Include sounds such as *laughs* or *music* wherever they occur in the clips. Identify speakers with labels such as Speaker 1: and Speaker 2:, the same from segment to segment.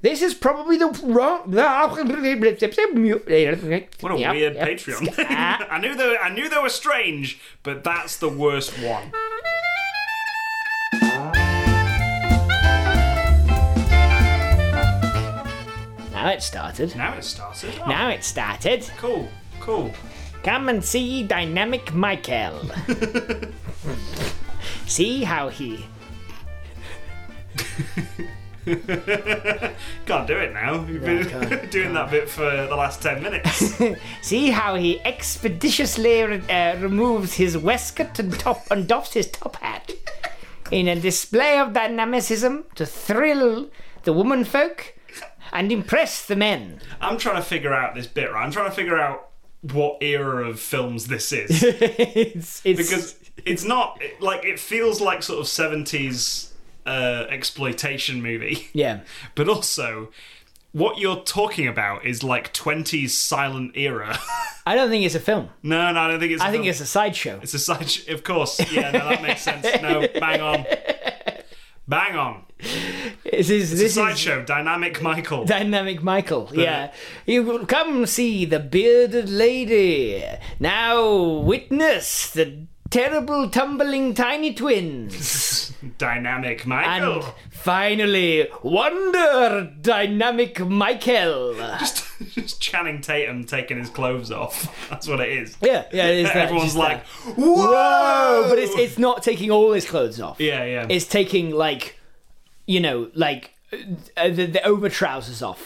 Speaker 1: This is probably the wrong.
Speaker 2: What a weird
Speaker 1: *laughs*
Speaker 2: Patreon. thing.
Speaker 1: Ah.
Speaker 2: I knew they were, I knew they were strange, but that's the worst one.
Speaker 1: Now it started.
Speaker 2: Now it started. Oh,
Speaker 1: Now it started.
Speaker 2: cool, cool.
Speaker 1: Come and see Dynamic
Speaker 2: *laughs*
Speaker 1: Michael. see how he.
Speaker 2: Can't do it now. You've been *laughs* doing that bit for the last
Speaker 1: *laughs*
Speaker 2: ten minutes.
Speaker 1: See how he expeditiously re- uh, removes his waistcoat and top and doffs his top hat in a display of dynamicism to thrill the woman folk and impress the men. *laughs*
Speaker 2: I'm trying to figure out this bit. Right, I'm trying to figure out what era of films
Speaker 1: *laughs*
Speaker 2: this is
Speaker 1: it's, it's
Speaker 2: because it's not it- like it feels like sort of seventies uh, exploitation movie.
Speaker 1: yeah,
Speaker 2: *laughs* but also what you're talking about is like 20s silent era. *laughs*
Speaker 1: I don't think it's a film.
Speaker 2: no, no, I don't think it's.
Speaker 1: I think it's a sideshow.
Speaker 2: it's a side. sh- Of course, yeah, no, that makes sense. No, bang on, bang on.
Speaker 1: This is this is
Speaker 2: Sideshow, dynamic Michael.
Speaker 1: Dynamic Michael, yeah. You will come see the bearded lady. Now witness the terrible tumbling tiny twins.
Speaker 2: *laughs* dynamic Michael.
Speaker 1: And finally, wonder dynamic Michael.
Speaker 2: Just, *laughs* just Channing Tatum taking his clothes off. *laughs* That's what it is.
Speaker 1: Yeah, yeah, it is that,
Speaker 2: Everyone's
Speaker 1: just
Speaker 2: like,
Speaker 1: that.
Speaker 2: whoa!
Speaker 1: oh, but it's it's not taking all his clothes off.
Speaker 2: yeah, yeah. *laughs*
Speaker 1: It's taking like, you know, like uh, the, the over trousers off.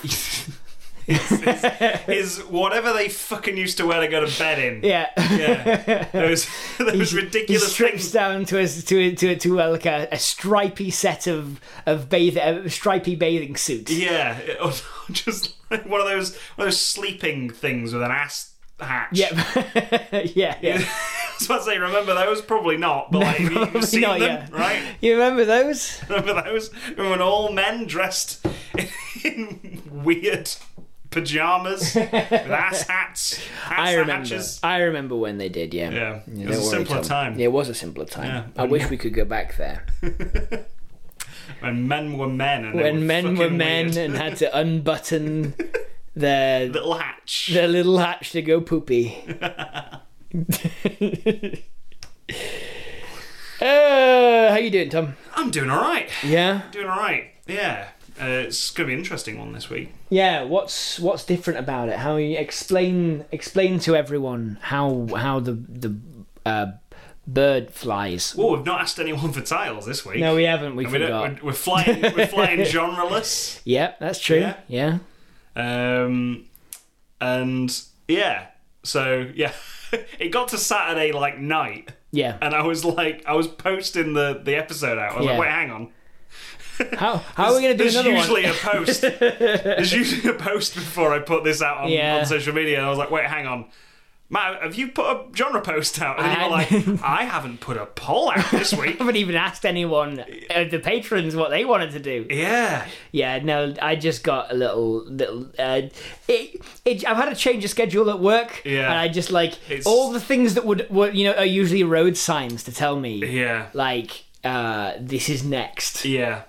Speaker 2: *laughs* Is whatever they fucking used to wear to go to bed in.
Speaker 1: Yeah.
Speaker 2: Yeah.
Speaker 1: *laughs*
Speaker 2: Those, those
Speaker 1: He
Speaker 2: ridiculous
Speaker 1: strips
Speaker 2: things.
Speaker 1: down to a to to to uh, like a, a stripy set of of bath uh, stripy bathing suit.
Speaker 2: Yeah, *laughs* it- or just like one of those one of those sleeping things with an ass hatch.
Speaker 1: *laughs* yeah, yeah. yeah.
Speaker 2: So *laughs* I say, remember those? Probably not, but like,
Speaker 1: probably
Speaker 2: you've seen
Speaker 1: not,
Speaker 2: them,
Speaker 1: yeah. *laughs*
Speaker 2: right?
Speaker 1: You remember those?
Speaker 2: Remember those? Remember when all men dressed in weird
Speaker 1: *laughs*
Speaker 2: pajamas with ass hats? Ass
Speaker 1: I remember.
Speaker 2: Hatches.
Speaker 1: I remember when they did. Yeah.
Speaker 2: Yeah, it
Speaker 1: don't
Speaker 2: was a
Speaker 1: worry,
Speaker 2: simpler
Speaker 1: Tom.
Speaker 2: time
Speaker 1: It was a simpler time. I wish we could go back there
Speaker 2: when men were men and they
Speaker 1: when men were
Speaker 2: fucking
Speaker 1: men
Speaker 2: weird.
Speaker 1: and had
Speaker 2: *laughs*
Speaker 1: to unbutton their
Speaker 2: little hatch.
Speaker 1: their little hatch to go poopy.
Speaker 2: *laughs*
Speaker 1: uh, how you doing, Tom?
Speaker 2: I'm doing all right.
Speaker 1: Yeah.
Speaker 2: Doing all right. Yeah, uh, it's gonna be an interesting one this week.
Speaker 1: Yeah, what's what's different about it? How you explain explain to everyone how how the the uh, bird flies?
Speaker 2: Oh, we've not asked anyone for titles this week.
Speaker 1: No, we haven't. We
Speaker 2: We don't-
Speaker 1: forgot.
Speaker 2: we're, we're flying.
Speaker 1: *laughs*
Speaker 2: We're flying genreless.
Speaker 1: Yeah, that's true. Yeah.
Speaker 2: Yeah. Um, and yeah, so yeah, *laughs* it got to Saturday like night,
Speaker 1: Yeah.
Speaker 2: and I was like, I was posting the the episode out. I was
Speaker 1: Yeah.
Speaker 2: like, wait, hang on.
Speaker 1: How how are we gonna do
Speaker 2: There's
Speaker 1: another
Speaker 2: usually
Speaker 1: one? *laughs*
Speaker 2: a post. There's usually a post before I put this out on,
Speaker 1: Yeah.
Speaker 2: on social media. And I was like, wait, hang on. Matt, have you put a genre post out? And
Speaker 1: I
Speaker 2: you were
Speaker 1: hadn't. *laughs*
Speaker 2: like, I haven't put a poll out this week.
Speaker 1: I haven't even asked anyone, uh, the patrons, what they wanted to do.
Speaker 2: yeah.
Speaker 1: Yeah, no, I just got a little, little. Uh, it, it, I've had a change of schedule at work,
Speaker 2: Yeah.
Speaker 1: and I just like
Speaker 2: It's-
Speaker 1: all the things that would, would, you know, are usually road signs to tell me,
Speaker 2: Yeah.
Speaker 1: like uh, this is next.
Speaker 2: Yeah.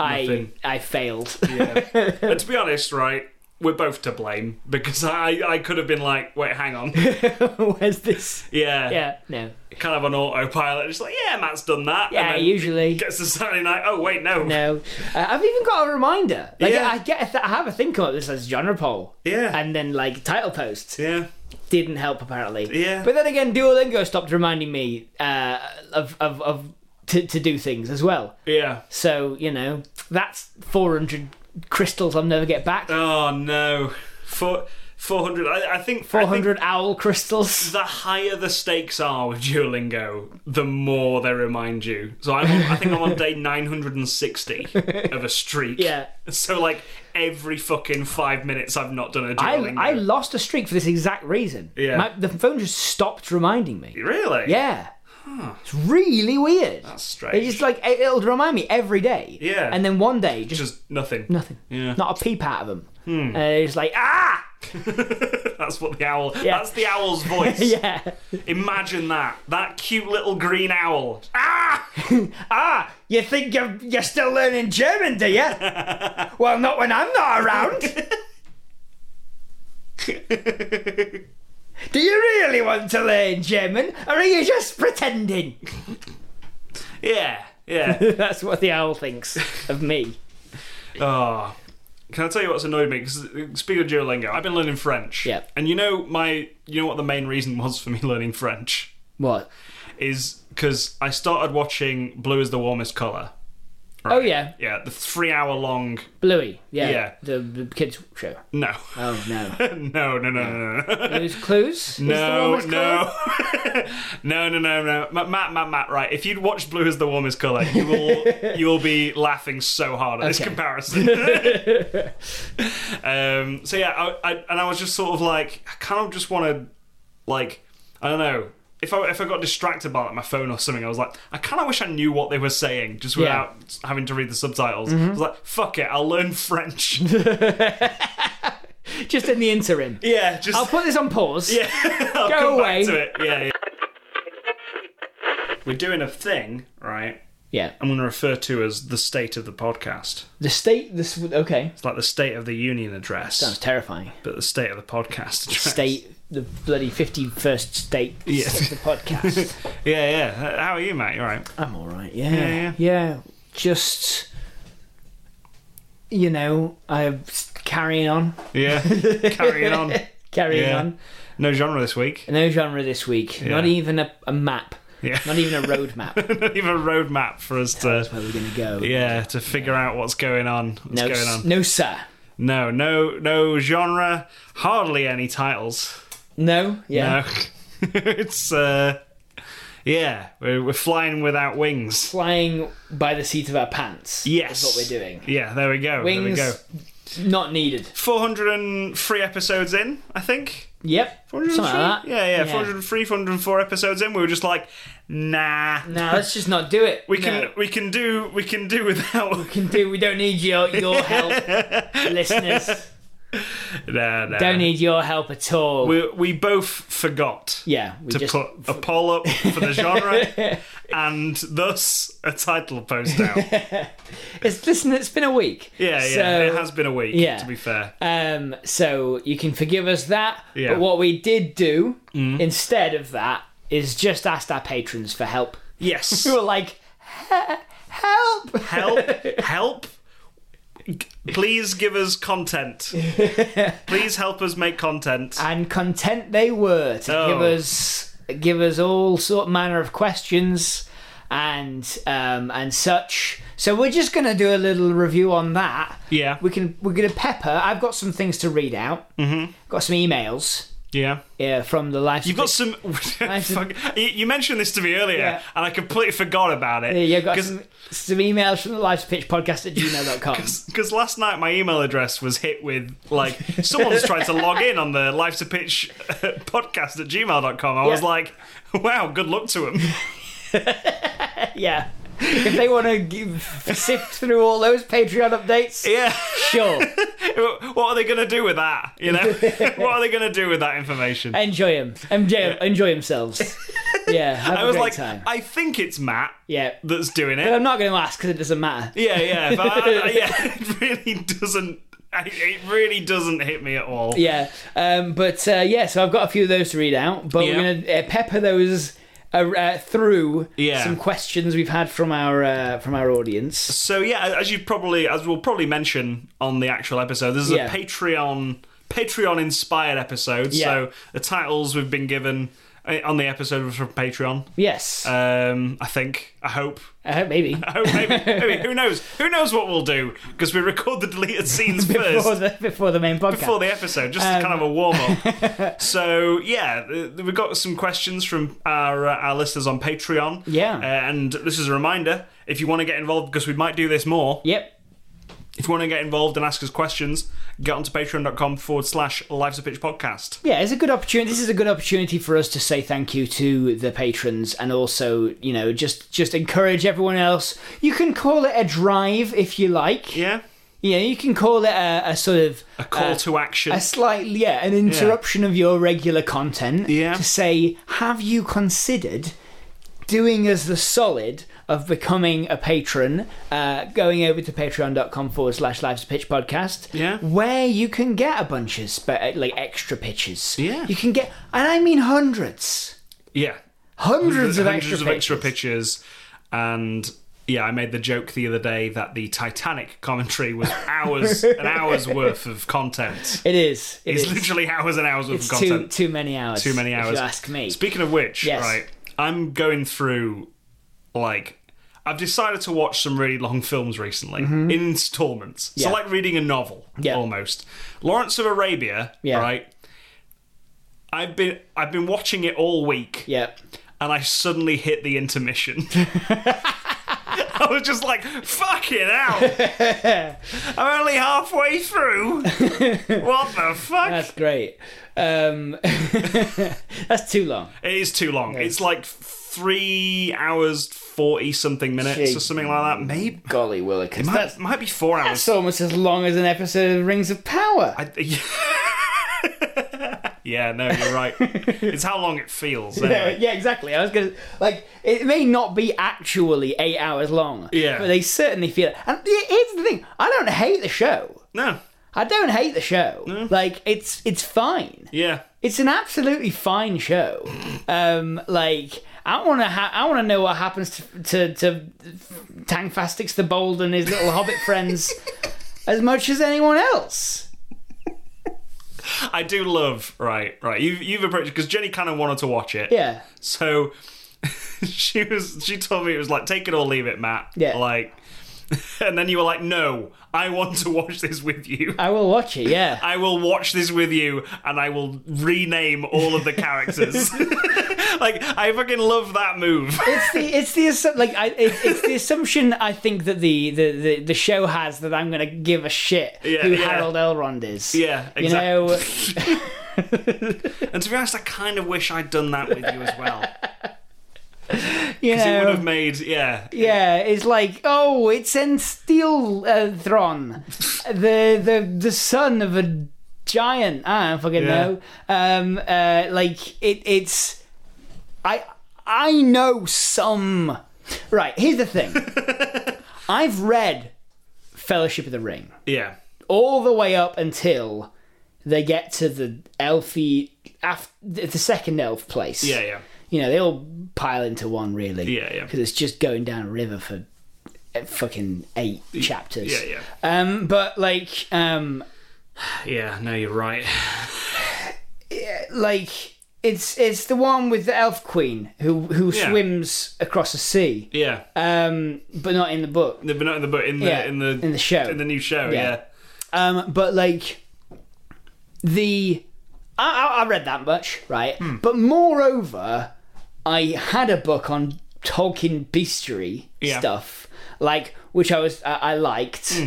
Speaker 1: I
Speaker 2: nothing.
Speaker 1: I failed.
Speaker 2: Yeah. and to be honest, right, we're both to blame because I, I could have been like, wait, hang on.
Speaker 1: *laughs* Where's this?
Speaker 2: Yeah.
Speaker 1: Yeah, no.
Speaker 2: Kind of on autopilot. Just like, yeah, Matt's done that.
Speaker 1: Yeah,
Speaker 2: and then
Speaker 1: usually.
Speaker 2: Gets to Saturday night. Oh, wait, no.
Speaker 1: No, uh, I've even got a reminder. Like
Speaker 2: Yeah.
Speaker 1: I get, a th- I have a thing come up that says genre poll.
Speaker 2: Yeah.
Speaker 1: and then like title post.
Speaker 2: Yeah.
Speaker 1: didn't help apparently.
Speaker 2: Yeah.
Speaker 1: But then again, Duolingo stopped reminding me uh, of of, of to, to do things as well.
Speaker 2: Yeah.
Speaker 1: So you know that's four hundred crystals I'll never get back.
Speaker 2: Oh, no. Four, 400. I, I think
Speaker 1: Four
Speaker 2: 400.
Speaker 1: hundred owl crystals.
Speaker 2: the higher the stakes are with Duolingo, the more they remind you. So I'm, on- I think I'm on
Speaker 1: *laughs*
Speaker 2: day 960 of a streak.
Speaker 1: Yeah.
Speaker 2: So like every fucking five minutes, I've not done a
Speaker 1: I,
Speaker 2: Duolingo.
Speaker 1: I lost a streak for this exact reason.
Speaker 2: Yeah.
Speaker 1: My, the phone just stopped reminding me.
Speaker 2: Really?
Speaker 1: Yeah. It's really weird.
Speaker 2: That's
Speaker 1: It's
Speaker 2: strange.
Speaker 1: just like it, it'll remind me every day.
Speaker 2: Yeah.
Speaker 1: And then one day, just Hmm.
Speaker 2: Just nothing.
Speaker 1: nothing.
Speaker 2: Yeah.
Speaker 1: Not a peep out of them. And it's like ah.
Speaker 2: *laughs*
Speaker 1: *laughs*
Speaker 2: That's what the owl.
Speaker 1: Yeah.
Speaker 2: That's
Speaker 1: *laughs*
Speaker 2: the owl's voice.
Speaker 1: yeah.
Speaker 2: Imagine that. That cute little
Speaker 1: *laughs*
Speaker 2: green owl. Ah!
Speaker 1: Ah, you think you're, you're still learning German, do you? *laughs* well, not when I'm not *laughs* around. do you really want to learn German, or are you just pretending?
Speaker 2: Yeah. Yeah.
Speaker 1: *laughs* That's what the owl thinks of *laughs* me.
Speaker 2: Ah. Can I tell you what's annoyed me? 'Cause, uh, speaking of Duolingo, I've been learning French.
Speaker 1: Yep.
Speaker 2: And you know my, you know what the main reason *laughs* was for me learning French
Speaker 1: What?
Speaker 2: is because I started watching Blue is the Warmest Color.
Speaker 1: Oh yeah,
Speaker 2: Yeah, the three-hour-long.
Speaker 1: Bluey. Yeah,
Speaker 2: Yeah.
Speaker 1: The, the kids show.
Speaker 2: No.
Speaker 1: Oh no.
Speaker 2: *laughs* no, no, no, no, no.
Speaker 1: Those clues?
Speaker 2: *laughs* No,
Speaker 1: Is the
Speaker 2: no. *laughs* no, no, no, no. Ma- Matt, Matt, Matt, right. If you'd watched Blue is the Warmest Colour,
Speaker 1: *laughs*
Speaker 2: you will you will be laughing so hard at this
Speaker 1: Okay. *laughs*
Speaker 2: comparison. *laughs* um, so yeah, I, I, and I was just sort of like, I kind of just want to, like, I don't know. If I, if I got distracted by like, my phone or something, I was like, I kind of wish I knew what they were saying just without having to read the subtitles.
Speaker 1: Mm-hmm.
Speaker 2: I was like, fuck it, I'll
Speaker 1: *laughs*
Speaker 2: learn French.
Speaker 1: clue? Just in the interim.
Speaker 2: yeah, *laughs* just
Speaker 1: I'll put this on pause.
Speaker 2: Yeah, *laughs* I'll
Speaker 1: Go
Speaker 2: come
Speaker 1: away.
Speaker 2: back to it. Yeah, yeah. We're doing a thing, right?
Speaker 1: Yeah.
Speaker 2: I'm going to refer to as the state of the podcast.
Speaker 1: The state. This would- okay.
Speaker 2: It's like the state of the union address,
Speaker 1: Sounds terrifying.
Speaker 2: but the state of the podcast address.
Speaker 1: State. The bloody fifty-first state.
Speaker 2: Yeah.
Speaker 1: of The podcast.
Speaker 2: Yeah, yeah. How are you, mate? You all right?
Speaker 1: *laughs* I'm all right.
Speaker 2: Yeah,
Speaker 1: Yeah.
Speaker 2: yeah.
Speaker 1: Yeah. Just. You know, I'm s- carrying on. *laughs*
Speaker 2: Yeah. Carrying on.
Speaker 1: Carrying
Speaker 2: Yeah.
Speaker 1: on.
Speaker 2: No genre this week. *laughs*
Speaker 1: No genre this week. Not even a, a map.
Speaker 2: Yeah.
Speaker 1: Not even a roadmap.
Speaker 2: *laughs* Not even a roadmap for us
Speaker 1: That's
Speaker 2: to.
Speaker 1: where we're gonna go.
Speaker 2: Yeah, to figure out what's going on. What's
Speaker 1: No,
Speaker 2: going
Speaker 1: s-
Speaker 2: on?
Speaker 1: no, sir.
Speaker 2: No, no, no genre. Hardly any titles.
Speaker 1: No. Yeah.
Speaker 2: No. *laughs* it's uh yeah, we're, we're flying without wings.
Speaker 1: Flying by the seat of our pants.
Speaker 2: Yes.
Speaker 1: Is what we're doing.
Speaker 2: Yeah, there we go. There we
Speaker 1: Wings
Speaker 2: go.
Speaker 1: not needed.
Speaker 2: 403 episodes in, I think.
Speaker 1: Yep. Something
Speaker 2: 403?
Speaker 1: like that.
Speaker 2: Yeah, yeah, 403, 404 episodes in. We were just like, nah.
Speaker 1: No,
Speaker 2: *laughs*
Speaker 1: let's just not do it.
Speaker 2: We can we can do we can do without *laughs*
Speaker 1: can do. We don't need your your help, listeners.
Speaker 2: nah, nah.
Speaker 1: Don't need your help at all.
Speaker 2: we, we both forgot
Speaker 1: yeah. We
Speaker 2: to
Speaker 1: just
Speaker 2: put a poll up for
Speaker 1: *laughs*
Speaker 2: the genre and thus a title post out. Yeah,
Speaker 1: it's listen. It's been a week.
Speaker 2: yeah.
Speaker 1: *laughs* So,
Speaker 2: it has been a week,
Speaker 1: yeah.
Speaker 2: to be fair.
Speaker 1: Um, so you can forgive us that.
Speaker 2: Yeah. Mm.
Speaker 1: But what we did do instead of that is just asked our patrons for help.
Speaker 2: Yes.
Speaker 1: *laughs* We were like, "He- help. *laughs*
Speaker 2: help help please give us content please help us make content
Speaker 1: and content they were to
Speaker 2: Oh.
Speaker 1: give us give us all sort manner of questions and um, and such. So we're just gonna do a little review on that.
Speaker 2: yeah
Speaker 1: We can we're gonna pepper. I've got some things to read out. Mm-hmm. Got some emails
Speaker 2: yeah
Speaker 1: yeah from the live.
Speaker 2: you've got some *laughs* fuck, you- you mentioned this to me earlier
Speaker 1: Yeah.
Speaker 2: and i completely forgot about it
Speaker 1: yeah, got
Speaker 2: 'Cause-
Speaker 1: some, some emails from the live pitch podcast at
Speaker 2: *laughs*
Speaker 1: gmail.com.
Speaker 2: because last night my email address was hit with like
Speaker 1: *laughs*
Speaker 2: someone's tried to log in on the life to pitch *laughs* podcast at gmail.com i was
Speaker 1: Yeah.
Speaker 2: like wow good luck to
Speaker 1: *laughs*
Speaker 2: him
Speaker 1: yeah. If they want to sift through all those Patreon
Speaker 2: *laughs*
Speaker 1: updates,
Speaker 2: yeah
Speaker 1: sure.
Speaker 2: what are they gonna do with that you
Speaker 1: *laughs*
Speaker 2: know what are they gonna do with that information
Speaker 1: Enjoy them. Enjoy, enjoy
Speaker 2: *laughs*
Speaker 1: themselves. Yeah, have a
Speaker 2: I was
Speaker 1: great
Speaker 2: like,
Speaker 1: time.
Speaker 2: I think it's Matt
Speaker 1: Yeah.
Speaker 2: that's doing
Speaker 1: But
Speaker 2: it.
Speaker 1: I'm not going to ask because it doesn't matter.
Speaker 2: Yeah, yeah, but
Speaker 1: *laughs*
Speaker 2: I, I- yeah, it really doesn't. I- It really doesn't hit me at all.
Speaker 1: Yeah. Um, but uh, yeah, so I've got a few of those to read out, but
Speaker 2: Yeah.
Speaker 1: we're going to uh, pepper those uh, uh, through
Speaker 2: Yeah.
Speaker 1: some questions we've had from our uh, from our audience.
Speaker 2: So yeah, as you probably, as we'll probably mention on the actual episode, this is
Speaker 1: Yeah.
Speaker 2: a Patreon, Patreon inspired episode.
Speaker 1: Yeah.
Speaker 2: So the titles we've been given uh, on the episode were from Patreon.
Speaker 1: Yes. Uh,
Speaker 2: Um, I think. I hope. *laughs*
Speaker 1: maybe.
Speaker 2: I hope.
Speaker 1: *laughs*
Speaker 2: Maybe. maybe. Who knows? Who knows what we'll do? Because we record
Speaker 1: *laughs*
Speaker 2: the deleted scenes first.
Speaker 1: Before the, before the main podcast.
Speaker 2: before the episode, just
Speaker 1: Um,
Speaker 2: kind of a warm
Speaker 1: *laughs*
Speaker 2: up. so yeah, th- we've got some questions from our uh, our listeners on Patreon.
Speaker 1: Yeah.
Speaker 2: Uh, and this is a reminder if you want to get involved because we might do this more.
Speaker 1: yep.
Speaker 2: If you want to get involved and ask us questions, get onto patreon.com forward slash lives a pitch podcast.
Speaker 1: Yeah, it's a good opportunity. This is a good opportunity for us to say thank you to the patrons, and also, you know, just just encourage everyone else. You can call it a drive if you like.
Speaker 2: Yeah.
Speaker 1: Yeah, you can call it a, a sort of
Speaker 2: A call to action.
Speaker 1: a slight yeah an interruption of your regular content
Speaker 2: Yeah.
Speaker 1: to say have you considered doing us the solid of becoming a patron uh, going over to patreon.com forward slash lives to pitch podcast
Speaker 2: Yeah.
Speaker 1: where you can get a bunch of spe- uh, like extra pitches
Speaker 2: Yeah.
Speaker 1: you can get and i mean hundreds
Speaker 2: yeah.
Speaker 1: hundreds, of,
Speaker 2: Hundreds
Speaker 1: extra
Speaker 2: of extra
Speaker 1: pitches.
Speaker 2: pictures. And yeah, I made the joke the other day that the Titanic commentary was
Speaker 1: *laughs*
Speaker 2: hours an hour's worth of content.
Speaker 1: it is it
Speaker 2: It's
Speaker 1: is.
Speaker 2: literally hours and hours worth
Speaker 1: It's
Speaker 2: of
Speaker 1: too
Speaker 2: content.
Speaker 1: too many hours
Speaker 2: too many
Speaker 1: if
Speaker 2: hours.
Speaker 1: you ask me
Speaker 2: Speaking of which,
Speaker 1: Yes.
Speaker 2: right, I'm going through like I've decided to watch some really long films recently in installments.
Speaker 1: Mm-hmm. Yeah.
Speaker 2: So like reading a novel
Speaker 1: Yeah.
Speaker 2: almost. Lawrence of Arabia,
Speaker 1: Yeah.
Speaker 2: right? I've been I've been watching it all week
Speaker 1: yep
Speaker 2: and I suddenly hit the
Speaker 1: *laughs*
Speaker 2: intermission. I was just like, fuck it
Speaker 1: *laughs*
Speaker 2: out. I'm only halfway
Speaker 1: *laughs*
Speaker 2: through. what the fuck?
Speaker 1: That's great. Um, *laughs* that's too long.
Speaker 2: It is too long. It's like three hours forty something minutes or something like that. Maybe
Speaker 1: Golly willikers.
Speaker 2: might,
Speaker 1: That's,
Speaker 2: might be four hours.
Speaker 1: that's almost as long as an episode of Rings of Power.
Speaker 2: I- yeah. *laughs* yeah, no,
Speaker 1: *laughs*
Speaker 2: you're right. it's how long it feels.
Speaker 1: yeah,
Speaker 2: Anyway.
Speaker 1: *laughs* yeah, exactly. I was gonna like it may not be actually eight hours long.
Speaker 2: Yeah.
Speaker 1: But they certainly feel it. And he- here's the thing: I don't hate the show.
Speaker 2: No,
Speaker 1: I don't hate the show.
Speaker 2: Hmm?
Speaker 1: Like it's it's fine.
Speaker 2: yeah,
Speaker 1: It's an absolutely fine
Speaker 2: *laughs*
Speaker 1: show. Um, like I want to ha- I want to know what happens to to, to Tangfastix the Bold and his little hobbit
Speaker 2: *laughs*
Speaker 1: friends as much as anyone else.
Speaker 2: I do love. Right, right. You, you've approached because Jenny kind of wanted to watch it.
Speaker 1: Yeah.
Speaker 2: So *laughs* she was she told me it was like take it or leave it, Matt.
Speaker 1: Yeah.
Speaker 2: Like, *laughs* and then you were like, no, I want to watch this with you.
Speaker 1: I will watch it. Yeah.
Speaker 2: I will watch this with you and I will rename all of
Speaker 1: *laughs*
Speaker 2: the characters. like, I fucking love that move.
Speaker 1: It's the it's the assu- like I, it, it's the assumption I think that the, the, the, the show has that I'm gonna give a shit
Speaker 2: Yeah,
Speaker 1: who
Speaker 2: yeah.
Speaker 1: Harold Elrond is.
Speaker 2: Yeah,
Speaker 1: You know,
Speaker 2: *laughs* And to be honest, I kind of wish I'd done that with you as well.
Speaker 1: you
Speaker 2: Because it would
Speaker 1: know,
Speaker 2: have made, yeah.
Speaker 1: Yeah, it's like, oh, it's in Steel uh, Thron, the the the son of a giant. I don't fucking
Speaker 2: Yeah.
Speaker 1: know. Um, uh, like it, it's I I know some. Right, here's the
Speaker 2: *laughs*
Speaker 1: thing. I've read Fellowship of the Ring
Speaker 2: Yeah.
Speaker 1: all the way up until they get to the elfy af- the second elf place
Speaker 2: Yeah, yeah.
Speaker 1: you know, they all pile into one really.
Speaker 2: Yeah, yeah.
Speaker 1: Because it's just going down a river for uh, fucking eight chapters.
Speaker 2: Yeah, yeah.
Speaker 1: Um, but like, um,
Speaker 2: Yeah, no, you're right.
Speaker 1: like it's it's the one with the elf queen who who
Speaker 2: Yeah.
Speaker 1: swims across the sea.
Speaker 2: Yeah.
Speaker 1: Um, but not in the book.
Speaker 2: They've been out in the book, in the,
Speaker 1: Yeah,
Speaker 2: in the,
Speaker 1: in the show.
Speaker 2: in the new show,
Speaker 1: Yeah.
Speaker 2: yeah.
Speaker 1: Um, but like the I, I, I read that much, right?
Speaker 2: Hmm.
Speaker 1: But moreover, I had a book on Tolkien bestiary
Speaker 2: Yeah. Hmm.
Speaker 1: stuff, like which I was I, I liked.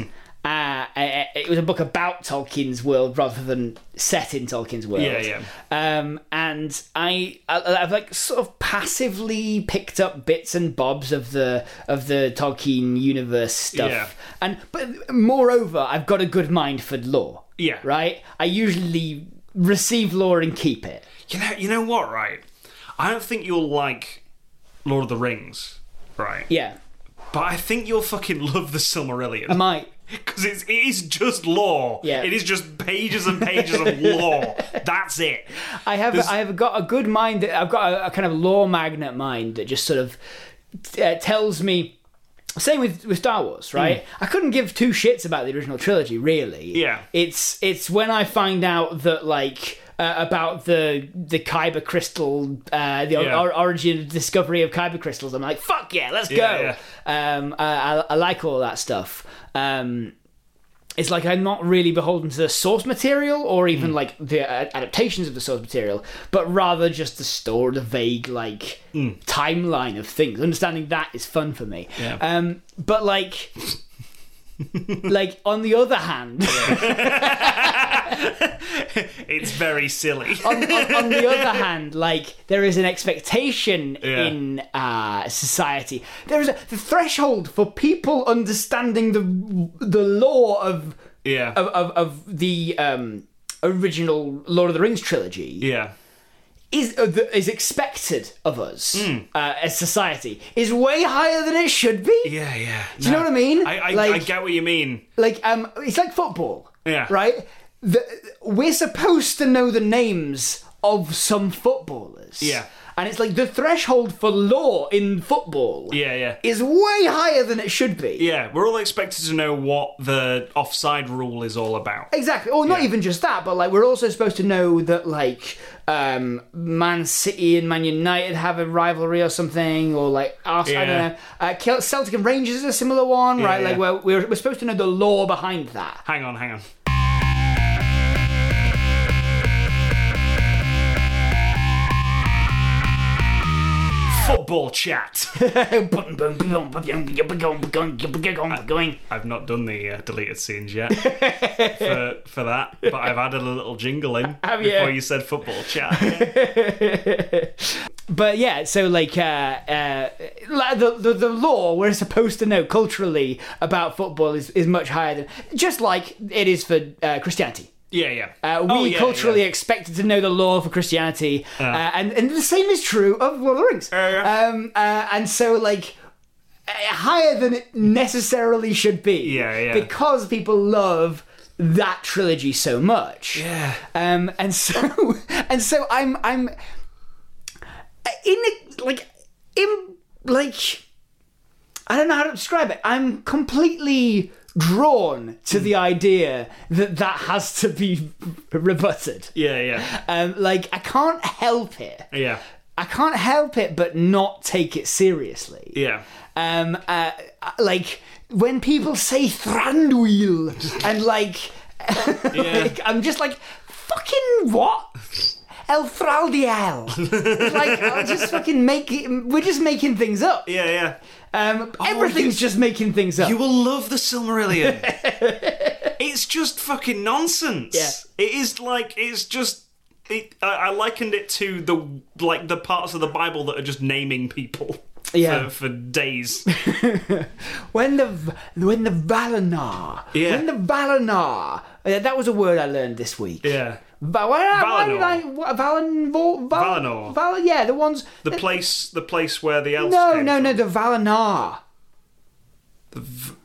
Speaker 1: Uh, I- I- it was a book about Tolkien's world rather than set in Tolkien's world.
Speaker 2: Yeah, yeah.
Speaker 1: Um, and I, I, I've like sort of passively picked up bits and bobs of the of the Tolkien universe stuff.
Speaker 2: Yeah.
Speaker 1: And but moreover, I've got a good mind for law.
Speaker 2: Yeah.
Speaker 1: Right. I usually receive law and keep it.
Speaker 2: You know, you know what, right? I don't think you'll like Lord of the Rings, right?
Speaker 1: Yeah.
Speaker 2: But I think you'll fucking love the Silmarillion.
Speaker 1: My
Speaker 2: Because it's it is just law.
Speaker 1: Yeah.
Speaker 2: It is just pages and pages
Speaker 1: *laughs*
Speaker 2: of law. That's it.
Speaker 1: I have I have got a good mind. That, I've got a, a kind of law magnet mind that just sort of uh, tells me. Same with, with Star Wars,
Speaker 2: Hmm.
Speaker 1: right? I couldn't give two shits about the original trilogy, really.
Speaker 2: Yeah.
Speaker 1: It's it's when I find out that like uh, about the the Kyber crystal, uh, the o-
Speaker 2: Yeah.
Speaker 1: or- origin and discovery of Kyber crystals. I'm like, fuck yeah, let's
Speaker 2: Yeah,
Speaker 1: go. Um, I, I, I like all that stuff. Um, it's like I'm not really beholden to the source material or
Speaker 2: Hmm.
Speaker 1: even like the uh, adaptations of the source material, but rather just the store, the vague like
Speaker 2: Hmm.
Speaker 1: timeline of things. Understanding that is fun for me.
Speaker 2: *laughs* Yeah.
Speaker 1: Um, but like, like, on the other hand,
Speaker 2: *laughs* It's very silly.
Speaker 1: on, on, on the
Speaker 2: *laughs*
Speaker 1: other hand, like there is an expectation
Speaker 2: Yeah.
Speaker 1: in uh, society. There is a the threshold for people understanding the the law of
Speaker 2: Yeah.
Speaker 1: of, of, of the um, original Lord of the Rings trilogy
Speaker 2: yeah.
Speaker 1: is uh, the, is expected of us
Speaker 2: Hmm.
Speaker 1: uh, as society is way higher than it should be.
Speaker 2: Yeah, yeah. Do
Speaker 1: you know what I mean?
Speaker 2: I, I, I
Speaker 1: Like-
Speaker 2: get what you mean.
Speaker 1: like um it's like football
Speaker 2: Yeah.
Speaker 1: right the, we're supposed to know the names of some footballers
Speaker 2: Yeah.
Speaker 1: and it's like the threshold for law in football
Speaker 2: Yeah, yeah.
Speaker 1: is way higher than it should be
Speaker 2: Yeah, we're all expected to know what the offside rule is all about.
Speaker 1: Exactly, or not
Speaker 2: Yeah.
Speaker 1: even just that, but like we're also supposed to know that like um, Man City and Man United have a rivalry or something, or like Ars- I
Speaker 2: Yeah.
Speaker 1: don't know, uh, Kel- Celtic and Rangers is a similar one, right?
Speaker 2: yeah.
Speaker 1: Like we're, we're we're supposed to know the law behind that.
Speaker 2: Hang on, hang on. Football chat.
Speaker 1: That's
Speaker 2: I've not done the uh, deleted
Speaker 1: *laughs*
Speaker 2: scenes yet for, for that, but I've added a little jingle in
Speaker 1: Have you?
Speaker 2: before you said football chat.
Speaker 1: *laughs* but yeah, so like uh, uh, like the, the the law we're supposed to know culturally about football is, is much higher than just like it is for uh, Christianity.
Speaker 2: Yeah, yeah.
Speaker 1: Uh, we
Speaker 2: Oh, yeah,
Speaker 1: culturally
Speaker 2: yeah.
Speaker 1: expected to know the law for Christianity, uh, and and the same is true of Lord of the Rings.
Speaker 2: yeah.
Speaker 1: Um, uh, and so like. uh, Higher than it necessarily should be,
Speaker 2: Yeah, yeah.
Speaker 1: because people love that trilogy so much.
Speaker 2: Yeah.
Speaker 1: Um, and so *laughs* and so I'm I'm eh, in a, like in like I don't know how to describe it. I'm completely drawn to the idea that that has to be *laughs* rebutted.
Speaker 2: Yeah, yeah.
Speaker 1: Um, like I can't help it.
Speaker 2: Yeah.
Speaker 1: I can't help it, but not take it seriously *laughs*
Speaker 2: Yeah.
Speaker 1: um, uh, like when people say Thranduil and like, like, I'm just like, fucking what? El Thraldiel. It's like, I'll just fucking make it, we're just making things up.
Speaker 2: Yeah, yeah.
Speaker 1: Um, everything's just making things up.
Speaker 2: You will love
Speaker 1: *laughs*
Speaker 2: the Silmarillion. it's just fucking nonsense.
Speaker 1: Yeah.
Speaker 2: It is like it's just. It, I I likened it to the like the parts of the Bible that are just naming people.
Speaker 1: Yeah.
Speaker 2: For, for days.
Speaker 1: when the V- when the Valinor,
Speaker 2: Yeah.
Speaker 1: when the Valinor, uh, that was a word I learned this week.
Speaker 2: Yeah.
Speaker 1: Va- why, why did
Speaker 2: Valinor.
Speaker 1: I what, Valin, Val,
Speaker 2: Valinor.
Speaker 1: Val, yeah, the ones.
Speaker 2: The place, the place where the elves.
Speaker 1: no,
Speaker 2: came
Speaker 1: no,
Speaker 2: from.
Speaker 1: no, the Valinor.
Speaker 2: Valar.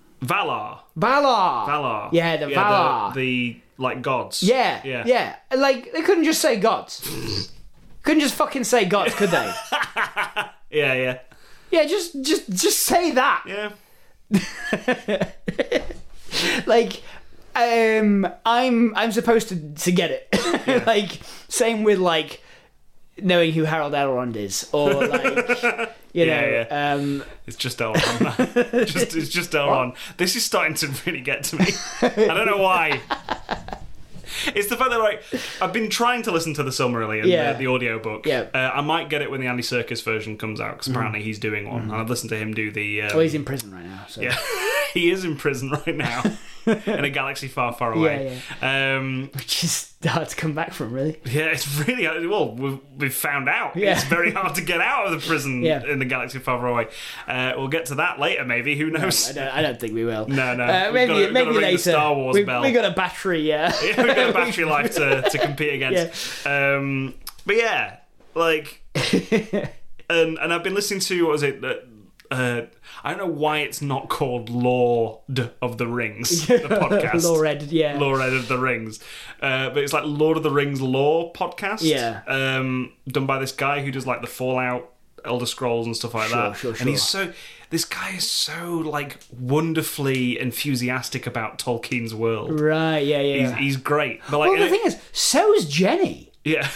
Speaker 1: Valar.
Speaker 2: Valar.
Speaker 1: Yeah, the Valar.
Speaker 2: The, the, like gods.
Speaker 1: yeah,
Speaker 2: Yeah.
Speaker 1: yeah, Like they couldn't just say gods. couldn't just fucking say gods, could
Speaker 2: *laughs*
Speaker 1: they?
Speaker 2: Yeah. Yeah.
Speaker 1: yeah, just just just say that.
Speaker 2: Yeah.
Speaker 1: Like, um, I'm I'm supposed to to get it. *laughs* like same with like knowing who Harold Elrond is, or
Speaker 2: *laughs*
Speaker 1: like you
Speaker 2: Yeah,
Speaker 1: know, um,
Speaker 2: It's just
Speaker 1: *laughs*
Speaker 2: Elrond. *laughs* man. just it's just Elrond. This is starting to really get to me. I don't know why.
Speaker 1: *laughs*
Speaker 2: It's the fact that like I've been trying to listen to the Silmarillion,
Speaker 1: Yeah.
Speaker 2: the, the audiobook.
Speaker 1: Yeah. Hmm.
Speaker 2: Uh, I might get it when the Andy Circus version comes out because apparently he's doing one, and I've listened to him do the. Um,
Speaker 1: well, he's in prison right now. So. Yeah.
Speaker 2: *laughs* he is in prison right
Speaker 1: *laughs*
Speaker 2: now in a galaxy far, far away. Yeah, yeah. Um,
Speaker 1: Which is hard to come back from,
Speaker 2: *laughs*
Speaker 1: really.
Speaker 2: yeah, it's really well. We've, we've found out
Speaker 1: Yeah.
Speaker 2: it's very hard to get out of the prison
Speaker 1: Yeah.
Speaker 2: in the galaxy far, far away. Uh, we'll get to that later, maybe. Who knows?
Speaker 1: I don't, I don't think we will.
Speaker 2: No, no.
Speaker 1: Uh,
Speaker 2: We've
Speaker 1: maybe
Speaker 2: gotta- we've
Speaker 1: maybe
Speaker 2: gotta ring the
Speaker 1: later.
Speaker 2: Star Wars
Speaker 1: we,
Speaker 2: bell.
Speaker 1: we got a battery. Yeah.
Speaker 2: *laughs* we've
Speaker 1: *laughs*
Speaker 2: got a battery life to, to compete against. Um, but yeah,
Speaker 1: *laughs*
Speaker 2: like, and and I've been listening to what was it? Uh, uh, I don't know why it's not called Lord of the
Speaker 1: *laughs*
Speaker 2: Rings, the podcast.
Speaker 1: Lored. Yeah.
Speaker 2: Lord of the Rings, uh, but it's like Lord of the Rings lore podcast.
Speaker 1: Yeah.
Speaker 2: um, done by this guy who does like the Fallout, Elder Scrolls, and stuff like that.
Speaker 1: sure,
Speaker 2: And he's
Speaker 1: sure.
Speaker 2: so this guy is so like wonderfully enthusiastic about Tolkien's world.
Speaker 1: Right. Yeah. Yeah.
Speaker 2: He's,
Speaker 1: yeah.
Speaker 2: he's great. But like,
Speaker 1: Well, the
Speaker 2: uh,
Speaker 1: thing is, so's Jenny.
Speaker 2: *laughs* yeah,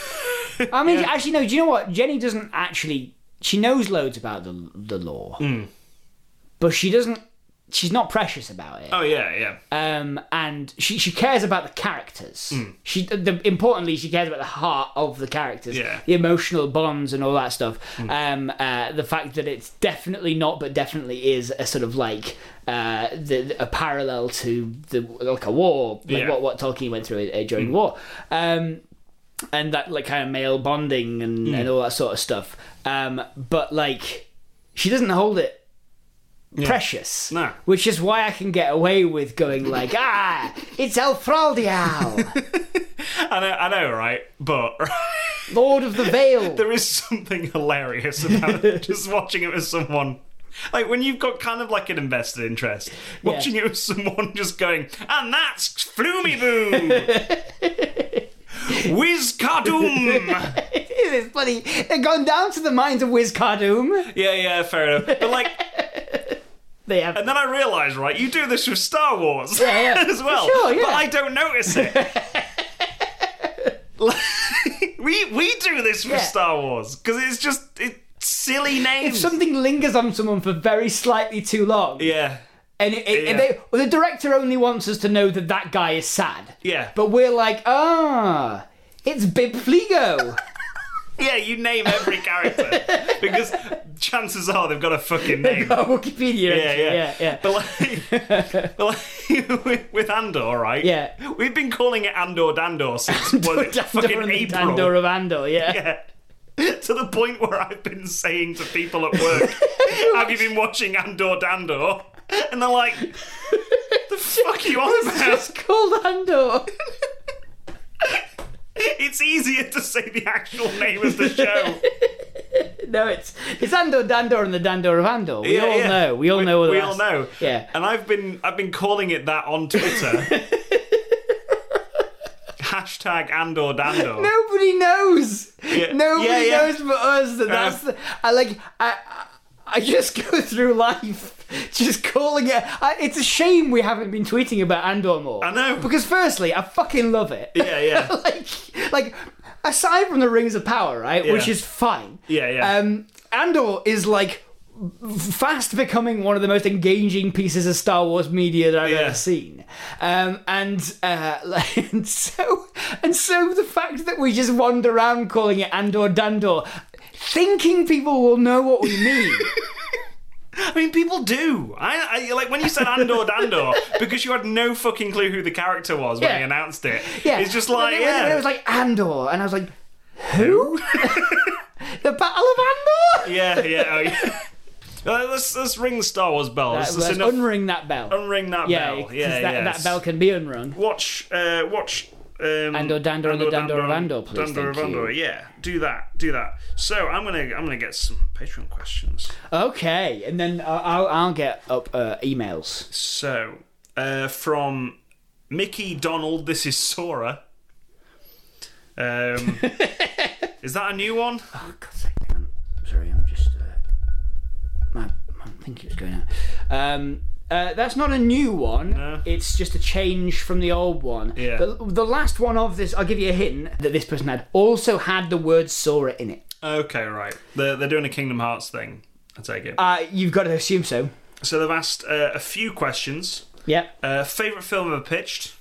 Speaker 1: I mean, actually, no. Do you know what? Jenny doesn't actually. She knows loads about the the law, but she doesn't she's not precious about it.
Speaker 2: Oh yeah, yeah.
Speaker 1: Um, and she, she cares about the characters.
Speaker 2: Mm.
Speaker 1: She the, importantly she cares about the heart of the characters,
Speaker 2: Yeah. Mm.
Speaker 1: the emotional bonds and all that stuff. Um, uh, the fact that it's definitely not, but definitely is a sort of like uh, the, a parallel to the like a war, like
Speaker 2: Yeah. Mm.
Speaker 1: what what Tolkien went through uh, during war. Um, and that like kind of male bonding and,
Speaker 2: Mm.
Speaker 1: and all that sort of stuff. Um, but like she doesn't hold it precious.
Speaker 2: No.
Speaker 1: Which is why I can get away with going like, *laughs* ah, it's Elfraldial,
Speaker 2: I know, I know, right? But *laughs*
Speaker 1: Lord of the Vale.
Speaker 2: there is something hilarious
Speaker 1: *laughs*
Speaker 2: about just watching it with someone. Like when you've got kind of like an invested interest, watching it with someone just going, and that's
Speaker 1: *laughs*
Speaker 2: Flumiboo! Wiz Cardoom!
Speaker 1: it is *laughs* it's bloody. They've gone down to the mines of Wiz Khadum.
Speaker 2: Yeah, yeah, fair enough. But like,
Speaker 1: They have.
Speaker 2: and then I realised, right, you do this with Star Wars
Speaker 1: yeah,
Speaker 2: *laughs* as well.
Speaker 1: sure, yeah.
Speaker 2: But I don't notice it.
Speaker 1: *laughs*
Speaker 2: *laughs* Like, we we do this with
Speaker 1: Yeah.
Speaker 2: Star Wars because it's just it's silly
Speaker 1: if
Speaker 2: names.
Speaker 1: something lingers on someone for very slightly too long,
Speaker 2: yeah,
Speaker 1: and, it, it- and
Speaker 2: Yeah.
Speaker 1: they, well, the director only wants us to know that that guy is sad,
Speaker 2: yeah,
Speaker 1: but we're like, ah, it's Bib
Speaker 2: *laughs*
Speaker 1: Fligo. *laughs*
Speaker 2: yeah. You name every character because chances are they've got a fucking name.
Speaker 1: Oh, Wikipedia.
Speaker 2: yeah,
Speaker 1: entry,
Speaker 2: yeah,
Speaker 1: yeah, yeah.
Speaker 2: But like, but like *laughs* with, with Andor, right?
Speaker 1: Yeah.
Speaker 2: we've been calling it Andor Dandor since was it
Speaker 1: Dandor
Speaker 2: fucking
Speaker 1: and the
Speaker 2: April.
Speaker 1: Dandor of Andor, yeah.
Speaker 2: Yeah. *laughs* To the point where I've been saying to people
Speaker 1: *laughs*
Speaker 2: at work, "Have you been watching Andor Dandor?" And they're like, "The fuck are you on
Speaker 1: *laughs*
Speaker 2: about? *laughs*
Speaker 1: It's called Andor.
Speaker 2: It's easier to say the actual name of the show."
Speaker 1: No, it's it's Andor Dandor and the Dandor of Andor. We
Speaker 2: Yeah,
Speaker 1: all
Speaker 2: yeah.
Speaker 1: know. We all know. All
Speaker 2: we
Speaker 1: that.
Speaker 2: all know.
Speaker 1: Yeah.
Speaker 2: And I've been I've been calling it that on Twitter. *laughs* Hashtag Andor Dandor.
Speaker 1: Nobody knows.
Speaker 2: Yeah.
Speaker 1: Nobody
Speaker 2: Yeah, Um, yeah.
Speaker 1: knows but us that that's. The, I like. I I- I just *laughs* go through life just calling it. I, it's a shame we haven't been tweeting about Andor more.
Speaker 2: I know.
Speaker 1: Because firstly, I fucking love it.
Speaker 2: Yeah, yeah.
Speaker 1: *laughs* like, like aside from the Rings of Power, right, which
Speaker 2: Yeah.
Speaker 1: is fine.
Speaker 2: Yeah, yeah.
Speaker 1: Um, Andor is like fast becoming one of the most engaging pieces of Star Wars media that I've
Speaker 2: Yeah.
Speaker 1: ever seen. Um, and uh, *laughs* like, and so and so the fact that we just wander around calling it Andor Dandor, thinking people will know what we
Speaker 2: *laughs*
Speaker 1: mean.
Speaker 2: I mean, people do. I, I like when you said Andor *laughs* Dandor because you had no fucking clue who the character was when
Speaker 1: Yeah.
Speaker 2: he announced it.
Speaker 1: Yeah,
Speaker 2: it's just like
Speaker 1: When it, when it-
Speaker 2: yeah,
Speaker 1: when it was like Andor, and I was like, who?
Speaker 2: *laughs*
Speaker 1: the Battle of Andor.
Speaker 2: yeah, yeah. Oh, *laughs* yeah. Uh, let's let's ring the Star Wars bell. Let's,
Speaker 1: Let's
Speaker 2: let's enough-
Speaker 1: unring that bell.
Speaker 2: unring that
Speaker 1: yeah,
Speaker 2: bell.
Speaker 1: 'cause
Speaker 2: Yeah,
Speaker 1: that,
Speaker 2: yeah.
Speaker 1: that bell can be unrung.
Speaker 2: Watch, uh, watch. Um,
Speaker 1: Andor, Dandor, and the Dandor of Andor, please,
Speaker 2: Dandor of
Speaker 1: thank you.
Speaker 2: Andor, yeah. Do that, do that. So I'm gonna, I'm gonna get some Patreon questions.
Speaker 1: Okay, and then I- I'll, I'll get up uh, emails.
Speaker 2: So, uh, from Mickey Donald, this is Sora.
Speaker 1: *laughs*
Speaker 2: Um, is that a new one?
Speaker 1: Oh, God's sake, hang on. Sorry, I'm just. Uh, my, my thinking was going out. Um, uh, that's not a new one.
Speaker 2: No.
Speaker 1: It's just a change from the old one.
Speaker 2: Yeah.
Speaker 1: The, the last one of this, I'll give you a hint that this person had also had the word Sora in it.
Speaker 2: Okay, right. They're they're doing a Kingdom Hearts thing. I take it.
Speaker 1: Uh, you've got to assume so.
Speaker 2: so they've asked uh, a few questions.
Speaker 1: Yeah.
Speaker 2: Uh, favorite film ever pitched?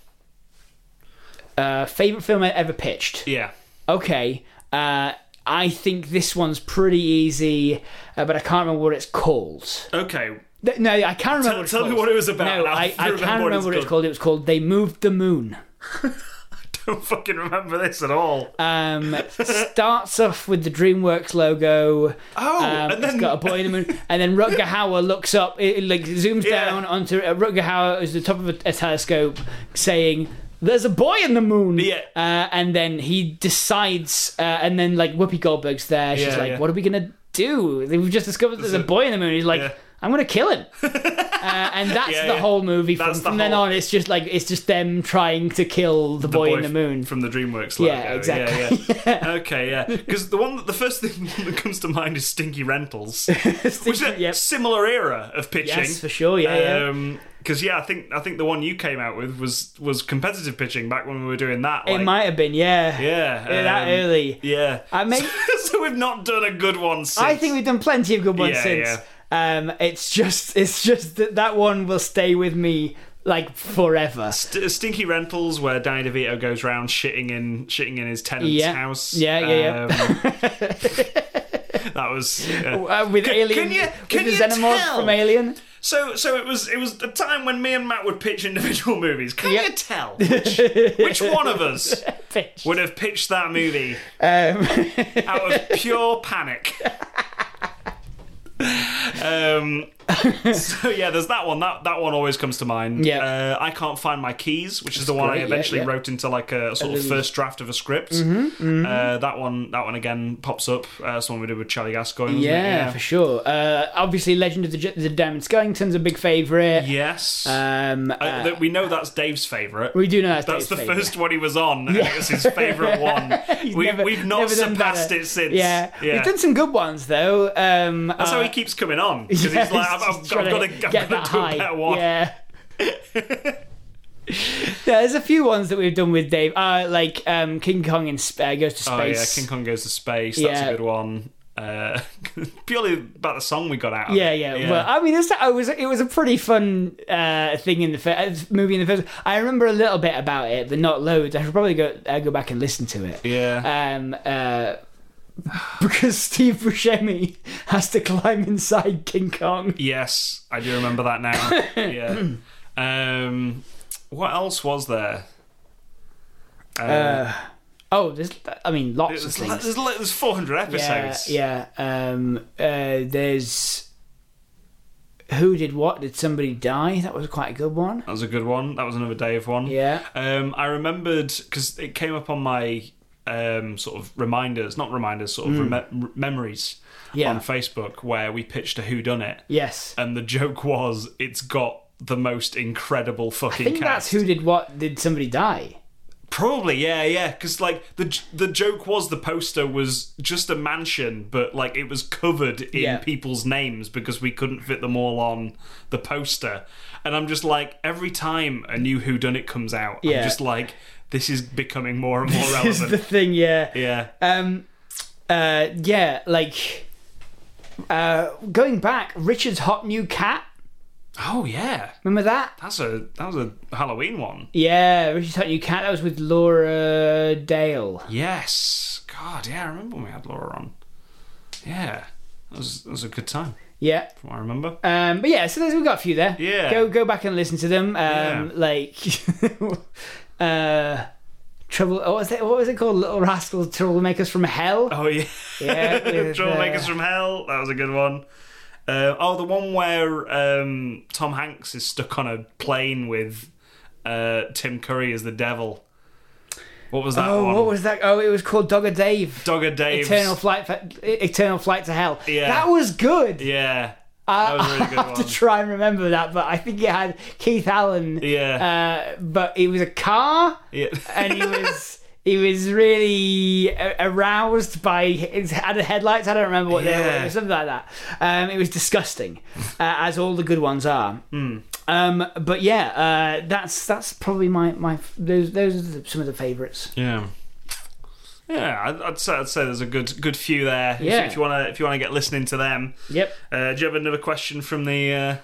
Speaker 1: Uh, favorite film I ever pitched.
Speaker 2: Yeah.
Speaker 1: Okay. Uh, I think this one's pretty easy, uh, but I can't remember what it's called.
Speaker 2: Okay. *laughs*
Speaker 1: Th- No, I can't remember.
Speaker 2: Tell-
Speaker 1: what it's
Speaker 2: tell me
Speaker 1: called.
Speaker 2: what it was about,
Speaker 1: No,
Speaker 2: and I'll
Speaker 1: I, I
Speaker 2: remember
Speaker 1: can't
Speaker 2: what
Speaker 1: remember
Speaker 2: it's
Speaker 1: what it's
Speaker 2: called.
Speaker 1: called. It was called "They Moved the Moon."
Speaker 2: Don't fucking remember this at all. *laughs*
Speaker 1: Um, starts off with the DreamWorks logo.
Speaker 2: Oh,
Speaker 1: um,
Speaker 2: and
Speaker 1: it's
Speaker 2: then
Speaker 1: got a boy in the moon, and then Rutger Hauer looks up. It, it, like zooms
Speaker 2: Yeah.
Speaker 1: down onto uh, Rutger Hauer is the top of a, a telescope, saying. There's a boy in the moon,
Speaker 2: Yeah.
Speaker 1: Uh, and then he decides, uh, and then like Whoopi Goldberg's there. She's
Speaker 2: Yeah,
Speaker 1: like,
Speaker 2: yeah.
Speaker 1: "What are we gonna do? We've just discovered there's a
Speaker 2: There's a-
Speaker 1: boy in the moon." He's like,
Speaker 2: Yeah.
Speaker 1: "I'm gonna kill
Speaker 2: *laughs*
Speaker 1: him," uh, and that's
Speaker 2: Yeah,
Speaker 1: the
Speaker 2: yeah.
Speaker 1: whole movie. From,
Speaker 2: That's the
Speaker 1: from then
Speaker 2: whole-
Speaker 1: on, it's just like it's just them trying to kill the, boy, in the
Speaker 2: f-
Speaker 1: moon.
Speaker 2: from the DreamWorks logo.
Speaker 1: Yeah, exactly.
Speaker 2: Yeah,
Speaker 1: *laughs*
Speaker 2: yeah. okay, yeah. Because the one, that, the first thing *laughs* that comes to mind is
Speaker 1: *laughs*
Speaker 2: Stinky Rentals, which is a
Speaker 1: yep.
Speaker 2: similar era of pitching.
Speaker 1: Yes, for sure. Yeah,
Speaker 2: Uh,
Speaker 1: yeah.
Speaker 2: Because yeah, I think I think the one you came out with was was competitive pitching back when we were doing that.
Speaker 1: it
Speaker 2: like-
Speaker 1: might have been. Yeah.
Speaker 2: yeah,
Speaker 1: that
Speaker 2: um,
Speaker 1: early.
Speaker 2: Yeah,
Speaker 1: I mean-
Speaker 2: *laughs* so we've not done a good one since.
Speaker 1: I think we've done plenty of good ones
Speaker 2: Yeah,
Speaker 1: since.
Speaker 2: yeah.
Speaker 1: Um, it's just it's just that that one will stay with me like forever.
Speaker 2: St- Stinky Rentals, where Danny DeVito goes round shitting in shitting in his tenant's
Speaker 1: Yeah.
Speaker 2: house.
Speaker 1: Yeah, *laughs* yeah,
Speaker 2: Um, that was. yeah.
Speaker 1: Uh, with Alien,
Speaker 2: can you-
Speaker 1: with
Speaker 2: can
Speaker 1: the
Speaker 2: you
Speaker 1: xenomorph
Speaker 2: tell?
Speaker 1: from Alien.
Speaker 2: So, so it was. It was the time when me and Matt would pitch individual *laughs* movies. Can
Speaker 1: Yeah.
Speaker 2: you tell which, which one
Speaker 1: *laughs*
Speaker 2: of us
Speaker 1: Bitch.
Speaker 2: would have pitched that movie
Speaker 1: Um, *laughs*
Speaker 2: out of pure panic? um. So yeah, there's that one. That that one always comes to mind.
Speaker 1: Yeah.
Speaker 2: Uh, I can't find my keys, which is the one
Speaker 1: great,
Speaker 2: I
Speaker 1: yeah,
Speaker 2: eventually
Speaker 1: yeah. Mm-hmm,
Speaker 2: wrote into like a sort of
Speaker 1: little-
Speaker 2: first draft of a script. Uh, that one. That one again pops up. Uh, someone we did with Charlie Gascoigne. wasn't it?
Speaker 1: yeah, for sure. Uh, obviously, Legend of the, J- the Diamond Skellington's a big favourite.
Speaker 2: Yes.
Speaker 1: Um,
Speaker 2: Uh,
Speaker 1: uh,
Speaker 2: that we know that's Dave's favourite.
Speaker 1: we do know that's,
Speaker 2: That's
Speaker 1: Dave's *laughs*
Speaker 2: the
Speaker 1: favourite.
Speaker 2: first one he was on, and it was his
Speaker 1: *laughs*
Speaker 2: favourite one. we,
Speaker 1: never-
Speaker 2: we've not
Speaker 1: never done
Speaker 2: surpassed
Speaker 1: better.
Speaker 2: it since.
Speaker 1: Yeah. we've done some good ones though. Um,
Speaker 2: That's how he keeps coming on
Speaker 1: *laughs*
Speaker 2: because
Speaker 1: yeah,
Speaker 2: he's like,
Speaker 1: he's
Speaker 2: I've, I've,
Speaker 1: just
Speaker 2: I've
Speaker 1: trying
Speaker 2: got to,
Speaker 1: to
Speaker 2: I've
Speaker 1: get
Speaker 2: got
Speaker 1: that
Speaker 2: to do a
Speaker 1: high.
Speaker 2: better one.
Speaker 1: Yeah.
Speaker 2: *laughs*
Speaker 1: yeah, there's a few ones that we've done with Dave, uh, like um, King Kong in sp- uh, goes to
Speaker 2: Oh yeah,
Speaker 1: space.
Speaker 2: King Kong goes to space. That's
Speaker 1: Yeah.
Speaker 2: a good one. Uh, *laughs* purely about the song we got out. Of
Speaker 1: yeah,
Speaker 2: it.
Speaker 1: yeah, Well, I mean, it's, I was it was a pretty fun uh, thing in the first movie in the first. I remember a little bit about it, but not loads. I should probably go uh, go back and listen to it.
Speaker 2: yeah.
Speaker 1: Um, uh, *sighs* because Steve Buscemi *laughs* has to climb inside King Kong.
Speaker 2: yes, I do
Speaker 1: *laughs*
Speaker 2: remember that now. yeah. Um, what else was there? Uh,
Speaker 1: Oh, there's I mean lots of
Speaker 2: there's,
Speaker 1: things.
Speaker 2: like- there's, like- there's 400
Speaker 1: Yeah,
Speaker 2: episodes.
Speaker 1: yeah. Um, uh, there's who did what? Did somebody die? That was quite a good one.
Speaker 2: That was a good one. That was another Dave one.
Speaker 1: Yeah.
Speaker 2: Um, I remembered because it came up on my um, sort of reminders, not reminders, sort of reme- memories
Speaker 1: Hmm. Yeah.
Speaker 2: on Facebook, where we pitched a Who Done It,
Speaker 1: Yes.
Speaker 2: and the joke was it's got the most incredible fucking
Speaker 1: I think that's
Speaker 2: cast.
Speaker 1: who did what? Did somebody die?
Speaker 2: Probably, yeah, yeah. Because like the j- the joke was the poster was just a mansion, but like it was covered in
Speaker 1: Yeah.
Speaker 2: people's names because we couldn't fit them all on the poster. And I'm just like, every time a new Who Done It comes out,
Speaker 1: Yeah.
Speaker 2: I'm just like, this is becoming more and more
Speaker 1: Is
Speaker 2: relevant.
Speaker 1: the thing? Yeah.
Speaker 2: Yeah,
Speaker 1: Um. Uh. Yeah. Like. Uh. Going back, Richard's hot new cat.
Speaker 2: Oh yeah,
Speaker 1: Remember that?
Speaker 2: that's a that was a Halloween one.
Speaker 1: Yeah, Richard's hot new cat. That was with Laura Dale.
Speaker 2: Yes, God, yeah, I remember when we had Laura on. Yeah, that was that was a good time
Speaker 1: Yeah.
Speaker 2: from what I remember.
Speaker 1: Um, but yeah, so there's, we've got a few there.
Speaker 2: Yeah.
Speaker 1: Go go back and listen to them. Um,
Speaker 2: Yeah.
Speaker 1: Like, *laughs* uh, trouble. What was it? What was it called? Little Rascals, Troublemakers from Hell.
Speaker 2: Oh yeah, *laughs*
Speaker 1: Yeah. with,
Speaker 2: Troublemakers
Speaker 1: uh,
Speaker 2: from Hell. That was a good one. Uh, oh, the one where um, Tom Hanks is stuck on a plane with uh, Tim Curry as the devil. What was that
Speaker 1: Oh,
Speaker 2: one?
Speaker 1: what was that? Oh, it was called Dogger Dave.
Speaker 2: Dogger Dave's?
Speaker 1: Eternal flight, fa- eternal flight to hell.
Speaker 2: Yeah.
Speaker 1: That was good.
Speaker 2: Yeah,
Speaker 1: I,
Speaker 2: that was a really
Speaker 1: I *laughs*
Speaker 2: good
Speaker 1: have to
Speaker 2: one.
Speaker 1: try and remember that, but I think it had Keith Allen.
Speaker 2: Yeah,
Speaker 1: Uh, but it was a car.
Speaker 2: yeah.
Speaker 1: and he was he was really a- aroused by his had headlights. I don't remember what they were,
Speaker 2: Yeah.
Speaker 1: it was something like that. Um, it was disgusting, uh, as all the good ones are.
Speaker 2: Hmm.
Speaker 1: Um, but yeah, uh, that's that's probably my my those those are the, some of the favourites.
Speaker 2: Yeah. Yeah, I'd, I'd, say, I'd say there's a good good few there. If-
Speaker 1: Yeah.
Speaker 2: If you wanna if you wanna get listening to them,
Speaker 1: Yep.
Speaker 2: uh, do you have another question from the? Uh,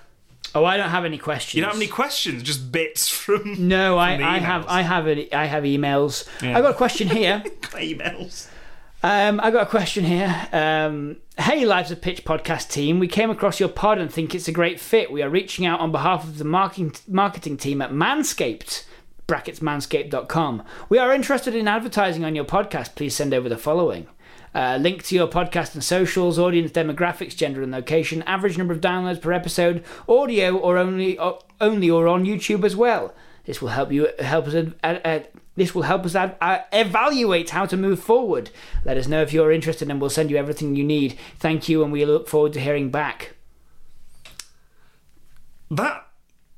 Speaker 1: Oh, I don't have any questions.
Speaker 2: you don't have any questions, just bits from
Speaker 1: No, I,
Speaker 2: the
Speaker 1: I have
Speaker 2: emails.
Speaker 1: I have a, I have emails.
Speaker 2: Yeah.
Speaker 1: I got a question here.
Speaker 2: *laughs* emails.
Speaker 1: Um, I got a question here. Um, hey, Lives of Pitch podcast team. We came across your pod and think it's a great fit. We are reaching out on behalf of the marketing, marketing team at Manscaped. Brackets manscaped.com. We are interested in advertising on your podcast. Please send over the following uh, link to your podcast and socials, audience demographics, gender and location, average number of downloads per episode, audio or only or, only or on YouTube as well. This will help you help us ad, ad, ad- this will help us ad, uh, evaluate how to move forward. Let us know if you're interested, and we'll send you everything you need. Thank you, and we look forward to hearing back.
Speaker 2: That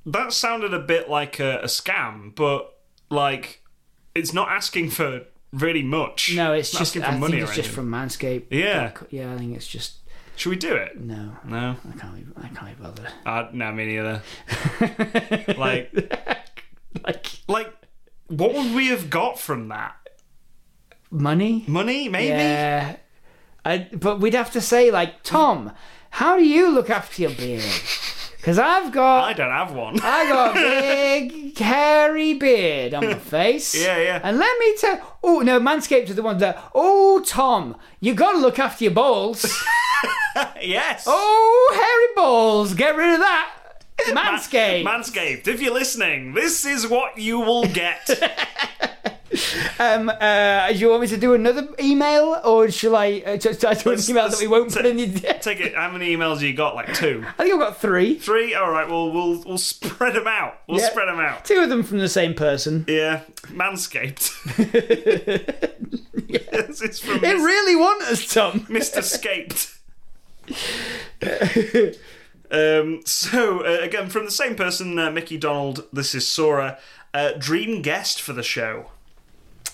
Speaker 2: that sounded a bit like a, a scam, but like it's not asking for really much.
Speaker 1: No, it's
Speaker 2: not
Speaker 1: just
Speaker 2: asking
Speaker 1: I
Speaker 2: for money
Speaker 1: think
Speaker 2: or
Speaker 1: it's just
Speaker 2: anything.
Speaker 1: from Manscaped.
Speaker 2: Yeah.
Speaker 1: yeah, I think it's just
Speaker 2: Should we do it?
Speaker 1: no.
Speaker 2: No,
Speaker 1: I can't be, I can't be bothered.
Speaker 2: uh, no, me neither.
Speaker 1: *laughs*
Speaker 2: like
Speaker 1: Like
Speaker 2: like, what would we have got from that?
Speaker 1: money.
Speaker 2: Money, maybe.
Speaker 1: Uh, Yeah. I, but we'd have to say like Tom, How do you look after your beard? Because I've got.
Speaker 2: I don't have one.
Speaker 1: *laughs* I got a big hairy beard
Speaker 2: *laughs*
Speaker 1: on my face.
Speaker 2: Yeah, yeah.
Speaker 1: And let me tell. Oh no, Manscaped are the ones that. Oh, Tom, you gotta look after your
Speaker 2: *laughs*
Speaker 1: balls.
Speaker 2: yes.
Speaker 1: oh, hairy balls, get rid of that. Manscaped.
Speaker 2: Manscaped, if you're listening, this is what you will
Speaker 1: *laughs*
Speaker 2: get.
Speaker 1: um, uh, do you want me to do another email, or shall I uh, just do an
Speaker 2: Let's-
Speaker 1: email that
Speaker 2: let's
Speaker 1: we won't put
Speaker 2: ta-
Speaker 1: in the?
Speaker 2: Take it. How many emails you got? Like two,
Speaker 1: *laughs* I think I've got three.
Speaker 2: three. All right. Well, we'll we'll spread them out. We'll
Speaker 1: Yeah.
Speaker 2: spread them out.
Speaker 1: Two of them from the same person.
Speaker 2: Yeah.
Speaker 1: *laughs*
Speaker 2: Manscaped. This is from
Speaker 1: They
Speaker 2: Mis-
Speaker 1: really want us, Tom.
Speaker 2: Mr.
Speaker 1: *laughs*
Speaker 2: Scaped. um, so, uh, again, from the same person, uh, Mickey Donald, this is Sora. Uh, dream guest for the show.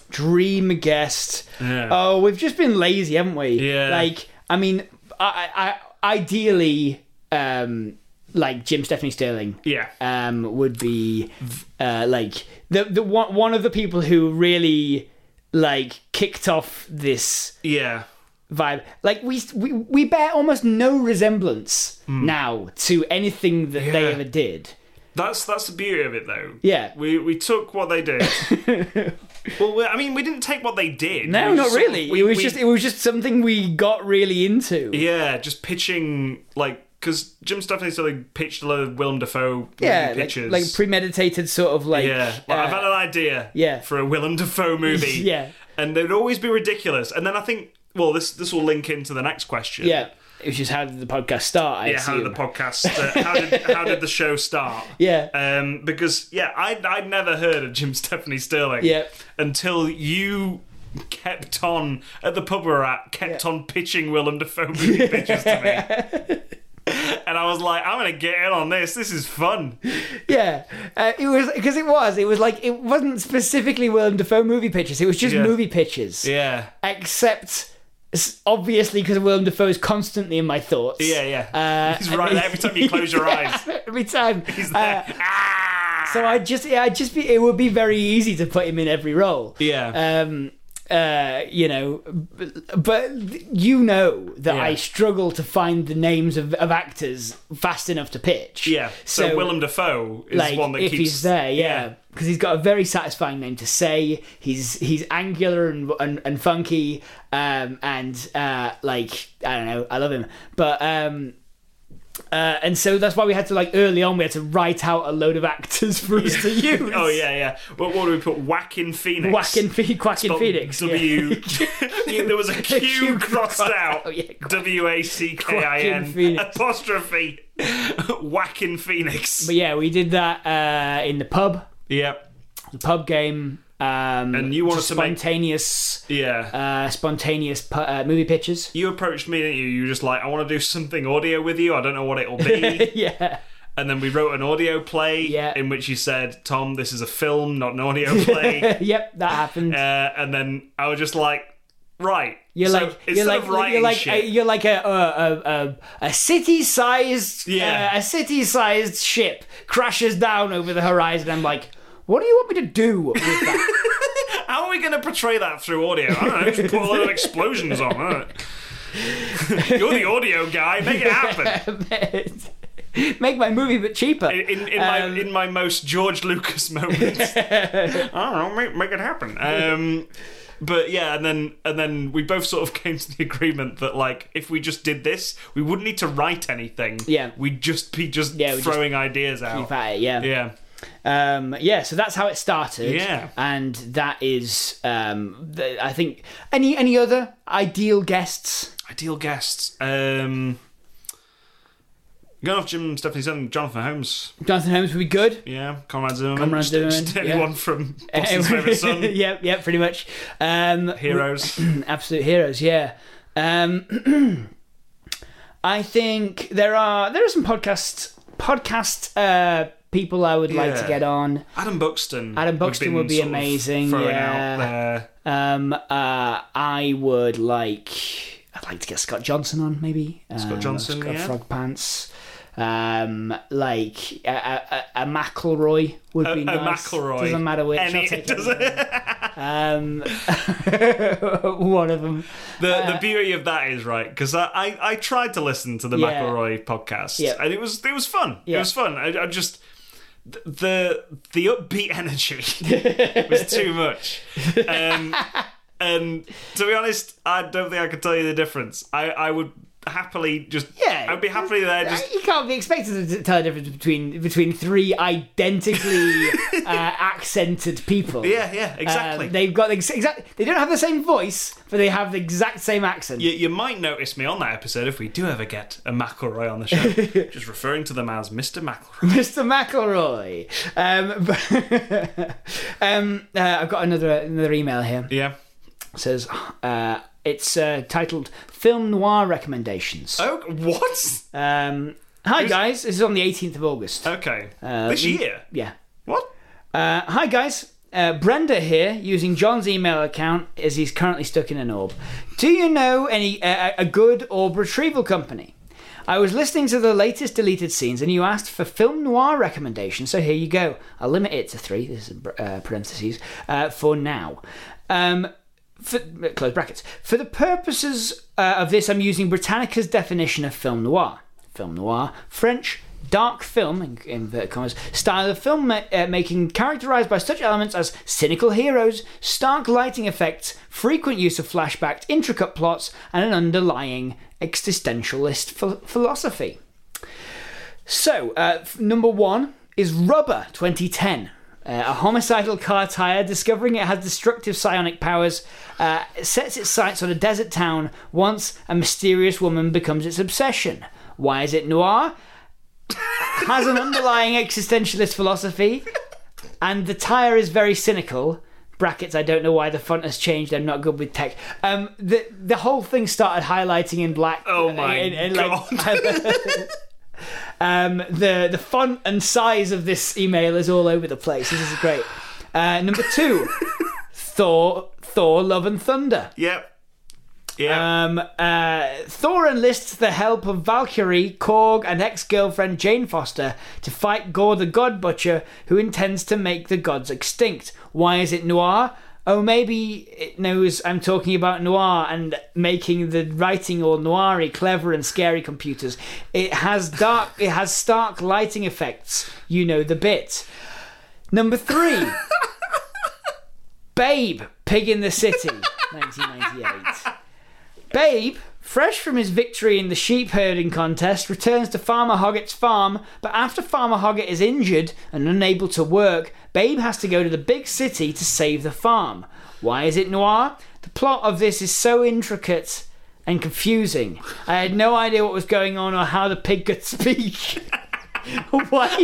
Speaker 1: Dream guest.
Speaker 2: Yeah.
Speaker 1: Oh, we've just been lazy, haven't we?
Speaker 2: Yeah.
Speaker 1: Like, I mean, I, I, I ideally, um, like Jim Stephanie Sterling.
Speaker 2: Yeah.
Speaker 1: um, would be uh, like the the one one of the people who really like kicked off this
Speaker 2: yeah.
Speaker 1: vibe. Like we we, we bear almost no resemblance now to anything that they
Speaker 2: Hmm. Yeah.
Speaker 1: ever did.
Speaker 2: That's that's the beauty of it, though.
Speaker 1: Yeah.
Speaker 2: we we took what they
Speaker 1: *laughs*
Speaker 2: did. well, we, I mean, we didn't take what they did.
Speaker 1: No,
Speaker 2: We
Speaker 1: not
Speaker 2: sort of-
Speaker 1: really.
Speaker 2: we-
Speaker 1: it was
Speaker 2: we-
Speaker 1: just it was just something we got really into.
Speaker 2: yeah, just pitching like because Jim Stephanie Sterling pitched a lot of Willem Dafoe movie
Speaker 1: Yeah, like,
Speaker 2: pitches.
Speaker 1: like premeditated sort of like
Speaker 2: yeah, like, I've
Speaker 1: uh,
Speaker 2: had an idea.
Speaker 1: yeah.
Speaker 2: for a Willem Dafoe movie.
Speaker 1: *laughs* Yeah.
Speaker 2: and they'd always be ridiculous. And then I think, well, this this will link into the next question.
Speaker 1: yeah. It was just how did the podcast start? I
Speaker 2: Yeah, how did the
Speaker 1: assume.
Speaker 2: podcast? Uh, how did how did the
Speaker 1: *laughs*
Speaker 2: show start?
Speaker 1: Yeah.
Speaker 2: um, because yeah, I'd, I'd never heard of Jim *laughs* Stephanie Sterling
Speaker 1: Yep.
Speaker 2: until you kept on at the pub we we're at, kept on pitching Willem Dafoe movie pitches to me.
Speaker 1: *laughs*
Speaker 2: And I was like, I'm gonna get in on this. This is fun.
Speaker 1: Yeah, uh, it was because it was. It was like it wasn't specifically Willem Dafoe movie pictures. It was just
Speaker 2: Yeah.
Speaker 1: movie pictures,
Speaker 2: Yeah,
Speaker 1: except s- obviously because Willem Dafoe is constantly in my thoughts.
Speaker 2: yeah, yeah.
Speaker 1: Uh,
Speaker 2: He's right there every
Speaker 1: *laughs*
Speaker 2: time you close your eyes.
Speaker 1: every time.
Speaker 2: He's
Speaker 1: Uh,
Speaker 2: there. ah!
Speaker 1: so I just, yeah, I just be. It would be very easy to put him in every role.
Speaker 2: yeah,
Speaker 1: Um. Uh, you know, b- but you know that
Speaker 2: Yeah.
Speaker 1: I struggle to find the names of, of actors fast enough to pitch.
Speaker 2: yeah. So, Willem Dafoe is
Speaker 1: like
Speaker 2: one that
Speaker 1: if
Speaker 2: keeps
Speaker 1: he's there, yeah, because he's got a very satisfying name to say. He's he's angular and and, and funky, um, and uh, like I don't know, I love him, but um, uh, and so that's why we had to like early on we had to write out a load of actors *laughs* for us to use.
Speaker 2: Oh yeah, *laughs* yeah. What, what do we put? Whacking Phoenix.
Speaker 1: Whacking, Phe- Quacking
Speaker 2: Spelled
Speaker 1: Phoenix. *laughs*
Speaker 2: Oh, W. *laughs* there was a Q,
Speaker 1: Q
Speaker 2: crossed out.
Speaker 1: *laughs* Oh, yeah.
Speaker 2: W A C K I
Speaker 1: Quacking Phoenix.
Speaker 2: N
Speaker 1: *laughs*
Speaker 2: apostrophe. Whacking Phoenix.
Speaker 1: But yeah, we did that uh, in the pub,
Speaker 2: Yep.
Speaker 1: the pub game. Um,
Speaker 2: And you wanted
Speaker 1: just
Speaker 2: to make-
Speaker 1: spontaneous,
Speaker 2: Yeah.
Speaker 1: uh, spontaneous pu- uh, movie
Speaker 2: *laughs*
Speaker 1: pictures.
Speaker 2: you approached me, didn't you? You were just like, I want to do something audio with you. I don't know what it'll
Speaker 1: *laughs*
Speaker 2: be.
Speaker 1: yeah.
Speaker 2: and then we wrote an audio play
Speaker 1: Yeah.
Speaker 2: in which you said, Tom, this is a film, not an audio play.
Speaker 1: *laughs* Yep, that happened.
Speaker 2: uh, and then I was just like, right.
Speaker 1: You're
Speaker 2: So
Speaker 1: like you're
Speaker 2: instead
Speaker 1: like
Speaker 2: of writing
Speaker 1: you're like uh,
Speaker 2: shit,
Speaker 1: A, you're like a a, a, a, a city sized
Speaker 2: Yeah.
Speaker 1: uh, a city sized ship crashes down over the horizon. I'm like, what do you want me to do with
Speaker 2: *laughs*
Speaker 1: that?
Speaker 2: How are we going to portray that through audio? I don't know. Just put a little explosions on. I don't know. *laughs* You're the audio guy. Make it happen.
Speaker 1: *laughs* Make my movie but cheaper.
Speaker 2: In, in my
Speaker 1: Um,
Speaker 2: in my most George
Speaker 1: *laughs*
Speaker 2: Lucas moments. I don't know. Make, make it happen. Um, but yeah, and then and then we both sort of *laughs* came to the agreement that like if we just did this, we wouldn't need to write anything.
Speaker 1: Yeah.
Speaker 2: we'd just be just
Speaker 1: Yeah, we'd just
Speaker 2: throwing ideas out.
Speaker 1: Keep at it, yeah.
Speaker 2: Yeah,
Speaker 1: Um, yeah, so that's how it started.
Speaker 2: Yeah.
Speaker 1: and that is, um, the, I think, any any other ideal guests?
Speaker 2: ideal guests. Um, going off Jim Stephanie Sterling, Jonathan Holmes.
Speaker 1: Jonathan Holmes would be good.
Speaker 2: Yeah, Conrad Zimmerman.
Speaker 1: Conrad
Speaker 2: Just-
Speaker 1: Zimmerman,
Speaker 2: just
Speaker 1: yeah. *laughs*
Speaker 2: anyone from Boston's Favourite Son.
Speaker 1: yep, yep, pretty much. Um,
Speaker 2: Heroes.
Speaker 1: *clears throat* absolute heroes yeah um *clears throat* i think there are there are some podcast podcast uh people i would like to
Speaker 2: Yeah.
Speaker 1: get on
Speaker 2: Adam Buxton.
Speaker 1: Adam
Speaker 2: we've
Speaker 1: Buxton
Speaker 2: been
Speaker 1: would be
Speaker 2: sort of
Speaker 1: amazing,
Speaker 2: throwing
Speaker 1: yeah.
Speaker 2: out there.
Speaker 1: um uh i would like i'd like to get scott johnson on maybe scott
Speaker 2: Johnson, yeah.
Speaker 1: frog pants Um, like a, a, a McElroy would be
Speaker 2: a
Speaker 1: nice.
Speaker 2: Uh, McElroy.
Speaker 1: Doesn't matter which. I'll
Speaker 2: Any, *laughs*
Speaker 1: take
Speaker 2: does
Speaker 1: any.
Speaker 2: it?
Speaker 1: Um, *laughs* one of them.
Speaker 2: The, the
Speaker 1: Uh,
Speaker 2: beauty of that is right because I, I, I tried to listen to the
Speaker 1: Yeah.
Speaker 2: McElroy podcast
Speaker 1: Yeah.
Speaker 2: and it was it was fun it
Speaker 1: Yeah.
Speaker 2: was fun I, I just th- the the upbeat *laughs* energy was
Speaker 1: *laughs*
Speaker 2: too much um, and to be honest I don't think I could tell you the difference I, I would happily just
Speaker 1: Yeah,
Speaker 2: I'd be happily there just
Speaker 1: you can't be expected to tell the difference between between three identically
Speaker 2: *laughs*
Speaker 1: uh, accented people.
Speaker 2: yeah yeah exactly
Speaker 1: Um, they've got the ex- exact. They don't have the same voice, but they have the exact same accent.
Speaker 2: you, you might notice me on that episode if we do ever get a McElroy on
Speaker 1: *laughs*
Speaker 2: the show just referring to them as Mr McElroy
Speaker 1: Mr. McElroy. Um, *laughs* but- um, uh, I've got another another email here.
Speaker 2: yeah
Speaker 1: It says uh, it's uh, titled "Film Noir Recommendations."
Speaker 2: oh what
Speaker 1: Um, hi guys, this is on the 18th of August. Uh,
Speaker 2: okay Uh, this
Speaker 1: we-
Speaker 2: year
Speaker 1: Yeah.
Speaker 2: What?
Speaker 1: Uh, hi guys, uh, Brenda here, using John's email account as he's currently stuck in an orb. Do you know any uh, a good orb retrieval company? I was listening to the latest deleted scenes, and you asked for film noir recommendations, so here you go. I'll limit it to three. This is in br- uh, parentheses uh, for now. Um, for, close brackets. For the purposes uh, of this, I'm using Britannica's definition of film noir. Film noir, French, dark film, in inverted commas, style of film ma- uh, making characterized by such elements as cynical heroes, stark lighting effects, frequent use of flashbacks, intricate plots, and an underlying existentialist ph- philosophy. So, uh, f- number one is Rubber 2010. Uh, a homicidal car tire, discovering it has destructive psionic powers, uh, sets its sights on a desert town once a mysterious woman becomes its obsession. Why is it noir? has an underlying existentialist philosophy, and the tire is very cynical. Brackets. I don't know why the font has changed. I'm not good with tech. Um, the the whole thing started highlighting in black.
Speaker 2: Oh my
Speaker 1: and- and,
Speaker 2: God.
Speaker 1: *laughs* um, the the font and size of this email is all over the place. This is great. Uh, number
Speaker 2: *laughs*
Speaker 1: two, Thor, Thor, Love and Thunder.
Speaker 2: Yep. Yeah.
Speaker 1: Um, uh, Thor enlists the help of Valkyrie, Korg, and ex girlfriend Jane Foster to fight Gore the God Butcher, who intends to make the gods extinct. Why is it noir? Oh, maybe it knows I'm talking about noir and making the writing all noiry, clever and scary computers. It has dark, it has stark lighting effects. You know the bit. Number three, Babe, Pig in the City, 1998. Babe, fresh from his victory in the sheep herding contest, returns to Farmer Hoggett's farm, but after Farmer Hoggett is injured and unable to work, Babe has to go to the big city to save the farm. Why is it noir? The plot of this is so intricate and confusing. I had no idea what was going on or how the pig could *laughs* speak.
Speaker 2: *laughs*
Speaker 1: Why he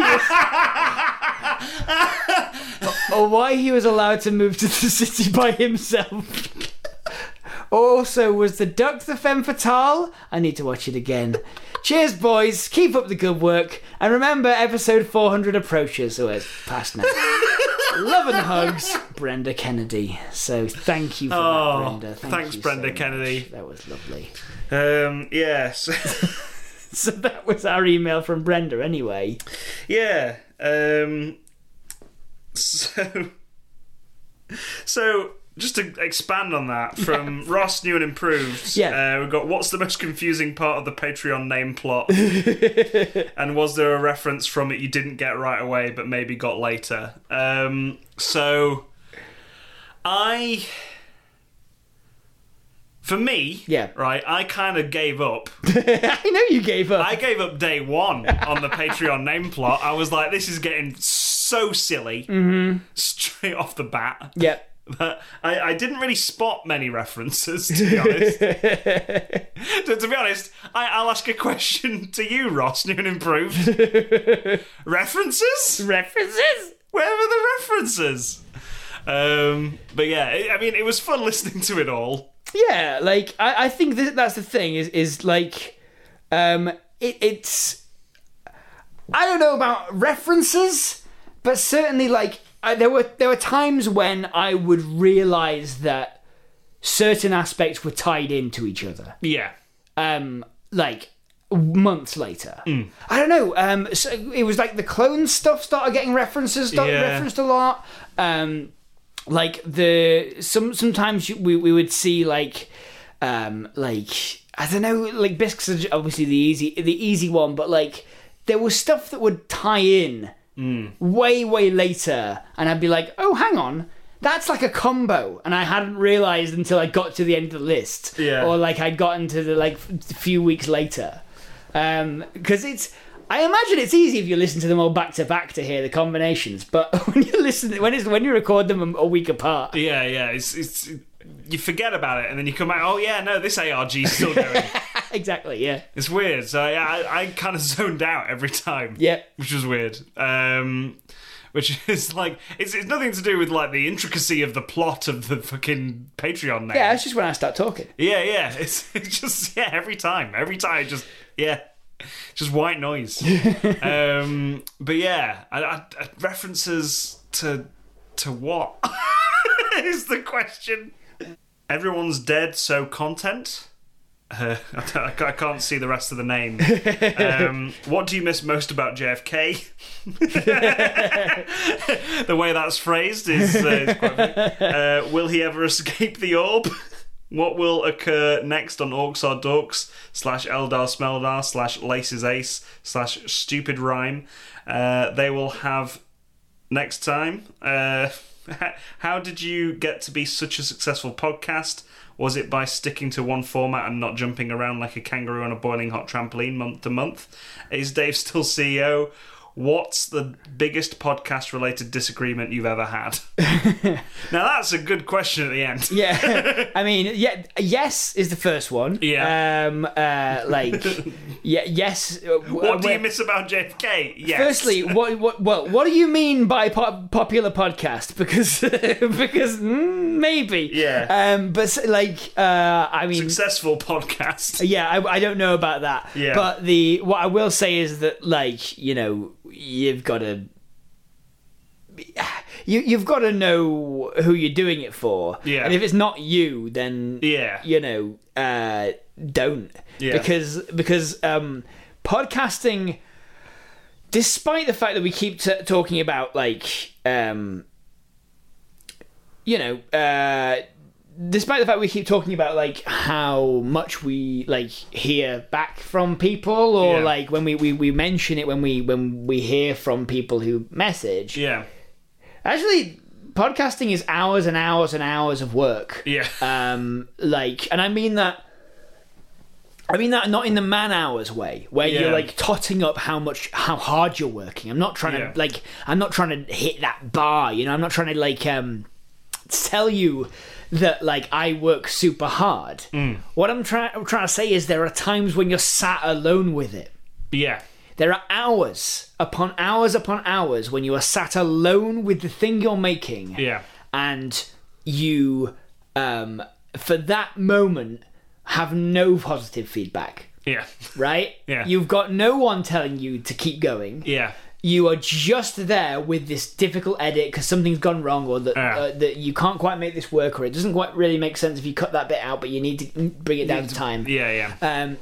Speaker 1: was, *laughs* or why he was allowed to move to the city by himself. *laughs* Also, was the duck the femme fatale? I need to watch it again. Cheers, boys. Keep up the good work. And remember, episode 400 approaches. Oh, it's past now. Love and hugs, Brenda Kennedy. So thank you for
Speaker 2: Oh,
Speaker 1: that, Brenda. Thank
Speaker 2: thanks,
Speaker 1: you so
Speaker 2: Brenda
Speaker 1: much.
Speaker 2: Kennedy.
Speaker 1: That was lovely. *laughs*
Speaker 2: um. Yes. *laughs*
Speaker 1: So that was our email from Brenda, anyway. *laughs*
Speaker 2: yeah. Um. So. So just to expand on that, from Ross New and
Speaker 1: *laughs*
Speaker 2: Improved,
Speaker 1: Yeah.
Speaker 2: uh, we've got what's the most confusing part of the Patreon
Speaker 1: *laughs*
Speaker 2: name plot, and was there a reference from it you didn't get right away but maybe got later? Um. So. I. For me,
Speaker 1: Yeah.
Speaker 2: right, I kind of gave up
Speaker 1: I know you gave up.
Speaker 2: I gave up day one on the Patreon name plot. I was like, this is getting so silly straight off the bat.
Speaker 1: Yep.
Speaker 2: But I, I didn't really spot many references, to be honest. to, to be honest, I, I'll ask a question to you, Ross, new and improved.
Speaker 1: *laughs*
Speaker 2: references?
Speaker 1: References?
Speaker 2: Where were the references? Um, but yeah, it, I mean, it was fun listening to it all.
Speaker 1: yeah like i, I think that that's the thing is is like um it, it's i don't know about references but certainly like I, there were there were times when i would realize that certain aspects were tied into each other
Speaker 2: Yeah.
Speaker 1: um like months later. I don't know. Um, so it was like the clone stuff started getting references, got
Speaker 2: Yeah.
Speaker 1: referenced a lot. Um, like the some sometimes you, we we would see like um like I don't know like bisques are obviously the easy the easy one, but like there was stuff that would tie in way way later, and I'd be like, oh hang on. That's like a combo, and I hadn't realized until I got to the end of the list,
Speaker 2: Yeah.
Speaker 1: or like I'd gotten to the like f- few weeks later because it's I imagine it's easy if you listen to them all back to back to hear the combinations, but *laughs* when you listen when it's when you record them a, a week apart,
Speaker 2: Yeah, yeah. It's it's you forget about it and then you come out. Oh yeah, no, this ARG's still going.
Speaker 1: *laughs* exactly, yeah,
Speaker 2: it's weird. So yeah, I, I kind of *laughs* zoned out every time.
Speaker 1: yeah,
Speaker 2: which was weird. Um, which *laughs* is like it's, it's nothing to do with like the intricacy of the plot of the fucking Patreon name.
Speaker 1: yeah. That's just when I start talking.
Speaker 2: yeah, yeah. *laughs* It's, it's just yeah. Every time, every time, just yeah, just white noise. um, but yeah, I, I, I- references to to what *laughs* is the question? Everyone's dead, so content. Uh, *laughs* I, don't- I ca- I can't see the rest of the name. Um, what do you miss most about JFK? *laughs* the way that's phrased is, uh, is quite funny. *laughs* Uh, will he ever escape the orb? *laughs* What will occur next on Orcs are Dorks slash Eldar Smeldar slash Laces Ace slash Stupid Rhyme? Uh, they will have next time. Uh, *laughs* how did you get to be such a successful podcast? Was it by sticking to one format and not jumping around like a kangaroo on a boiling hot trampoline month to month? Is Dave still CEO? What's the biggest podcast related disagreement you've ever had? *laughs* now, that's a good question at the end.
Speaker 1: Yeah, *laughs* I mean, yeah, yes is the first one.
Speaker 2: Yeah.
Speaker 1: um, uh,
Speaker 2: *laughs*
Speaker 1: like, yeah, yes. uh, w-
Speaker 2: *laughs* What do
Speaker 1: where-
Speaker 2: you miss about JFK? Yes.
Speaker 1: Firstly, what what well, what do you mean by pop- popular podcast? Because *laughs* because mm, maybe
Speaker 2: Yeah.
Speaker 1: Um, but s- like uh, I mean,
Speaker 2: successful podcast.
Speaker 1: Yeah, I, I don't know about that.
Speaker 2: Yeah.
Speaker 1: But the what I will say is that like you know you've got to you you've got to know who you're doing it for.
Speaker 2: Yeah.
Speaker 1: And if it's not you, then
Speaker 2: Yeah.
Speaker 1: you know uh, don't
Speaker 2: Yeah.
Speaker 1: because because um, podcasting. Despite the fact that we keep t- talking about like um, you know, uh, despite the fact we keep talking about like how much we like hear back from people, or
Speaker 2: Yeah.
Speaker 1: like when we, we we mention it when we when we hear from people who message.
Speaker 2: Yeah.
Speaker 1: Actually, podcasting is hours and hours and hours of work.
Speaker 2: Yeah.
Speaker 1: Um, like, and I mean that. I mean that not in the man hours way, where
Speaker 2: Yeah.
Speaker 1: you're like totting up how much, how hard you're working. I'm not trying
Speaker 2: Yeah.
Speaker 1: to like, I'm not trying to hit that bar. You know, I'm not trying to like um, tell you that like I work super hard.
Speaker 2: Mm.
Speaker 1: What I'm trying, I'm trying to say is there are times when you're sat alone with it.
Speaker 2: yeah.
Speaker 1: There are hours upon hours upon hours when you are sat alone with the thing you're making.
Speaker 2: Yeah.
Speaker 1: And you, um, for that moment, have no positive feedback,
Speaker 2: Yeah.
Speaker 1: right?
Speaker 2: Yeah.
Speaker 1: You've got no one telling you to keep going.
Speaker 2: Yeah.
Speaker 1: You are just there with this difficult edit because something's gone wrong, or that
Speaker 2: Yeah.
Speaker 1: uh, that you can't quite make this work, or it doesn't quite really make sense if you cut that bit out, but you need to bring it down to time.
Speaker 2: Yeah. Yeah.
Speaker 1: Um,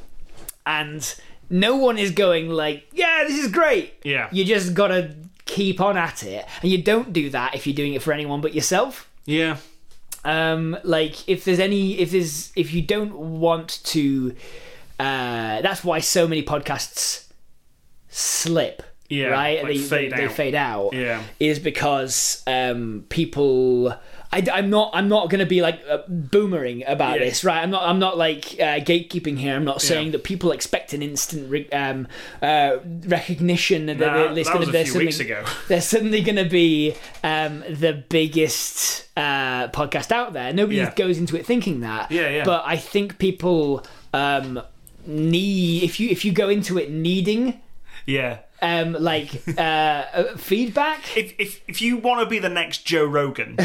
Speaker 1: and no one is going like, yeah, this is great.
Speaker 2: Yeah.
Speaker 1: You just gotta keep on at it, and you don't do that if you're doing it for anyone but yourself.
Speaker 2: Yeah.
Speaker 1: Um, like if there's any, if there's, if you don't want to, uh, that's why so many podcasts slip.
Speaker 2: Yeah,
Speaker 1: right.
Speaker 2: like
Speaker 1: they
Speaker 2: fade
Speaker 1: they, they
Speaker 2: out.
Speaker 1: fade out.
Speaker 2: Yeah.
Speaker 1: is because um, people. I, am not. I'm not going to be like uh, boomering about
Speaker 2: Yeah.
Speaker 1: this, right? I'm not. I'm not like uh, gatekeeping here. I'm not saying that people expect an instant re- um, uh, recognition. That they're,
Speaker 2: Nah, that
Speaker 1: gonna,
Speaker 2: was a
Speaker 1: they're
Speaker 2: few weeks
Speaker 1: suddenly-
Speaker 2: ago. *laughs*
Speaker 1: they're suddenly going to be um, the biggest uh, podcast out there. Nobody
Speaker 2: Yeah.
Speaker 1: goes into it thinking that.
Speaker 2: Yeah, yeah.
Speaker 1: But I think people um, need if you if you go into it needing
Speaker 2: Yeah.
Speaker 1: um, like
Speaker 2: *laughs*
Speaker 1: uh, uh, feedback.
Speaker 2: if if if you want to be the next Joe
Speaker 1: *laughs*
Speaker 2: Rogan,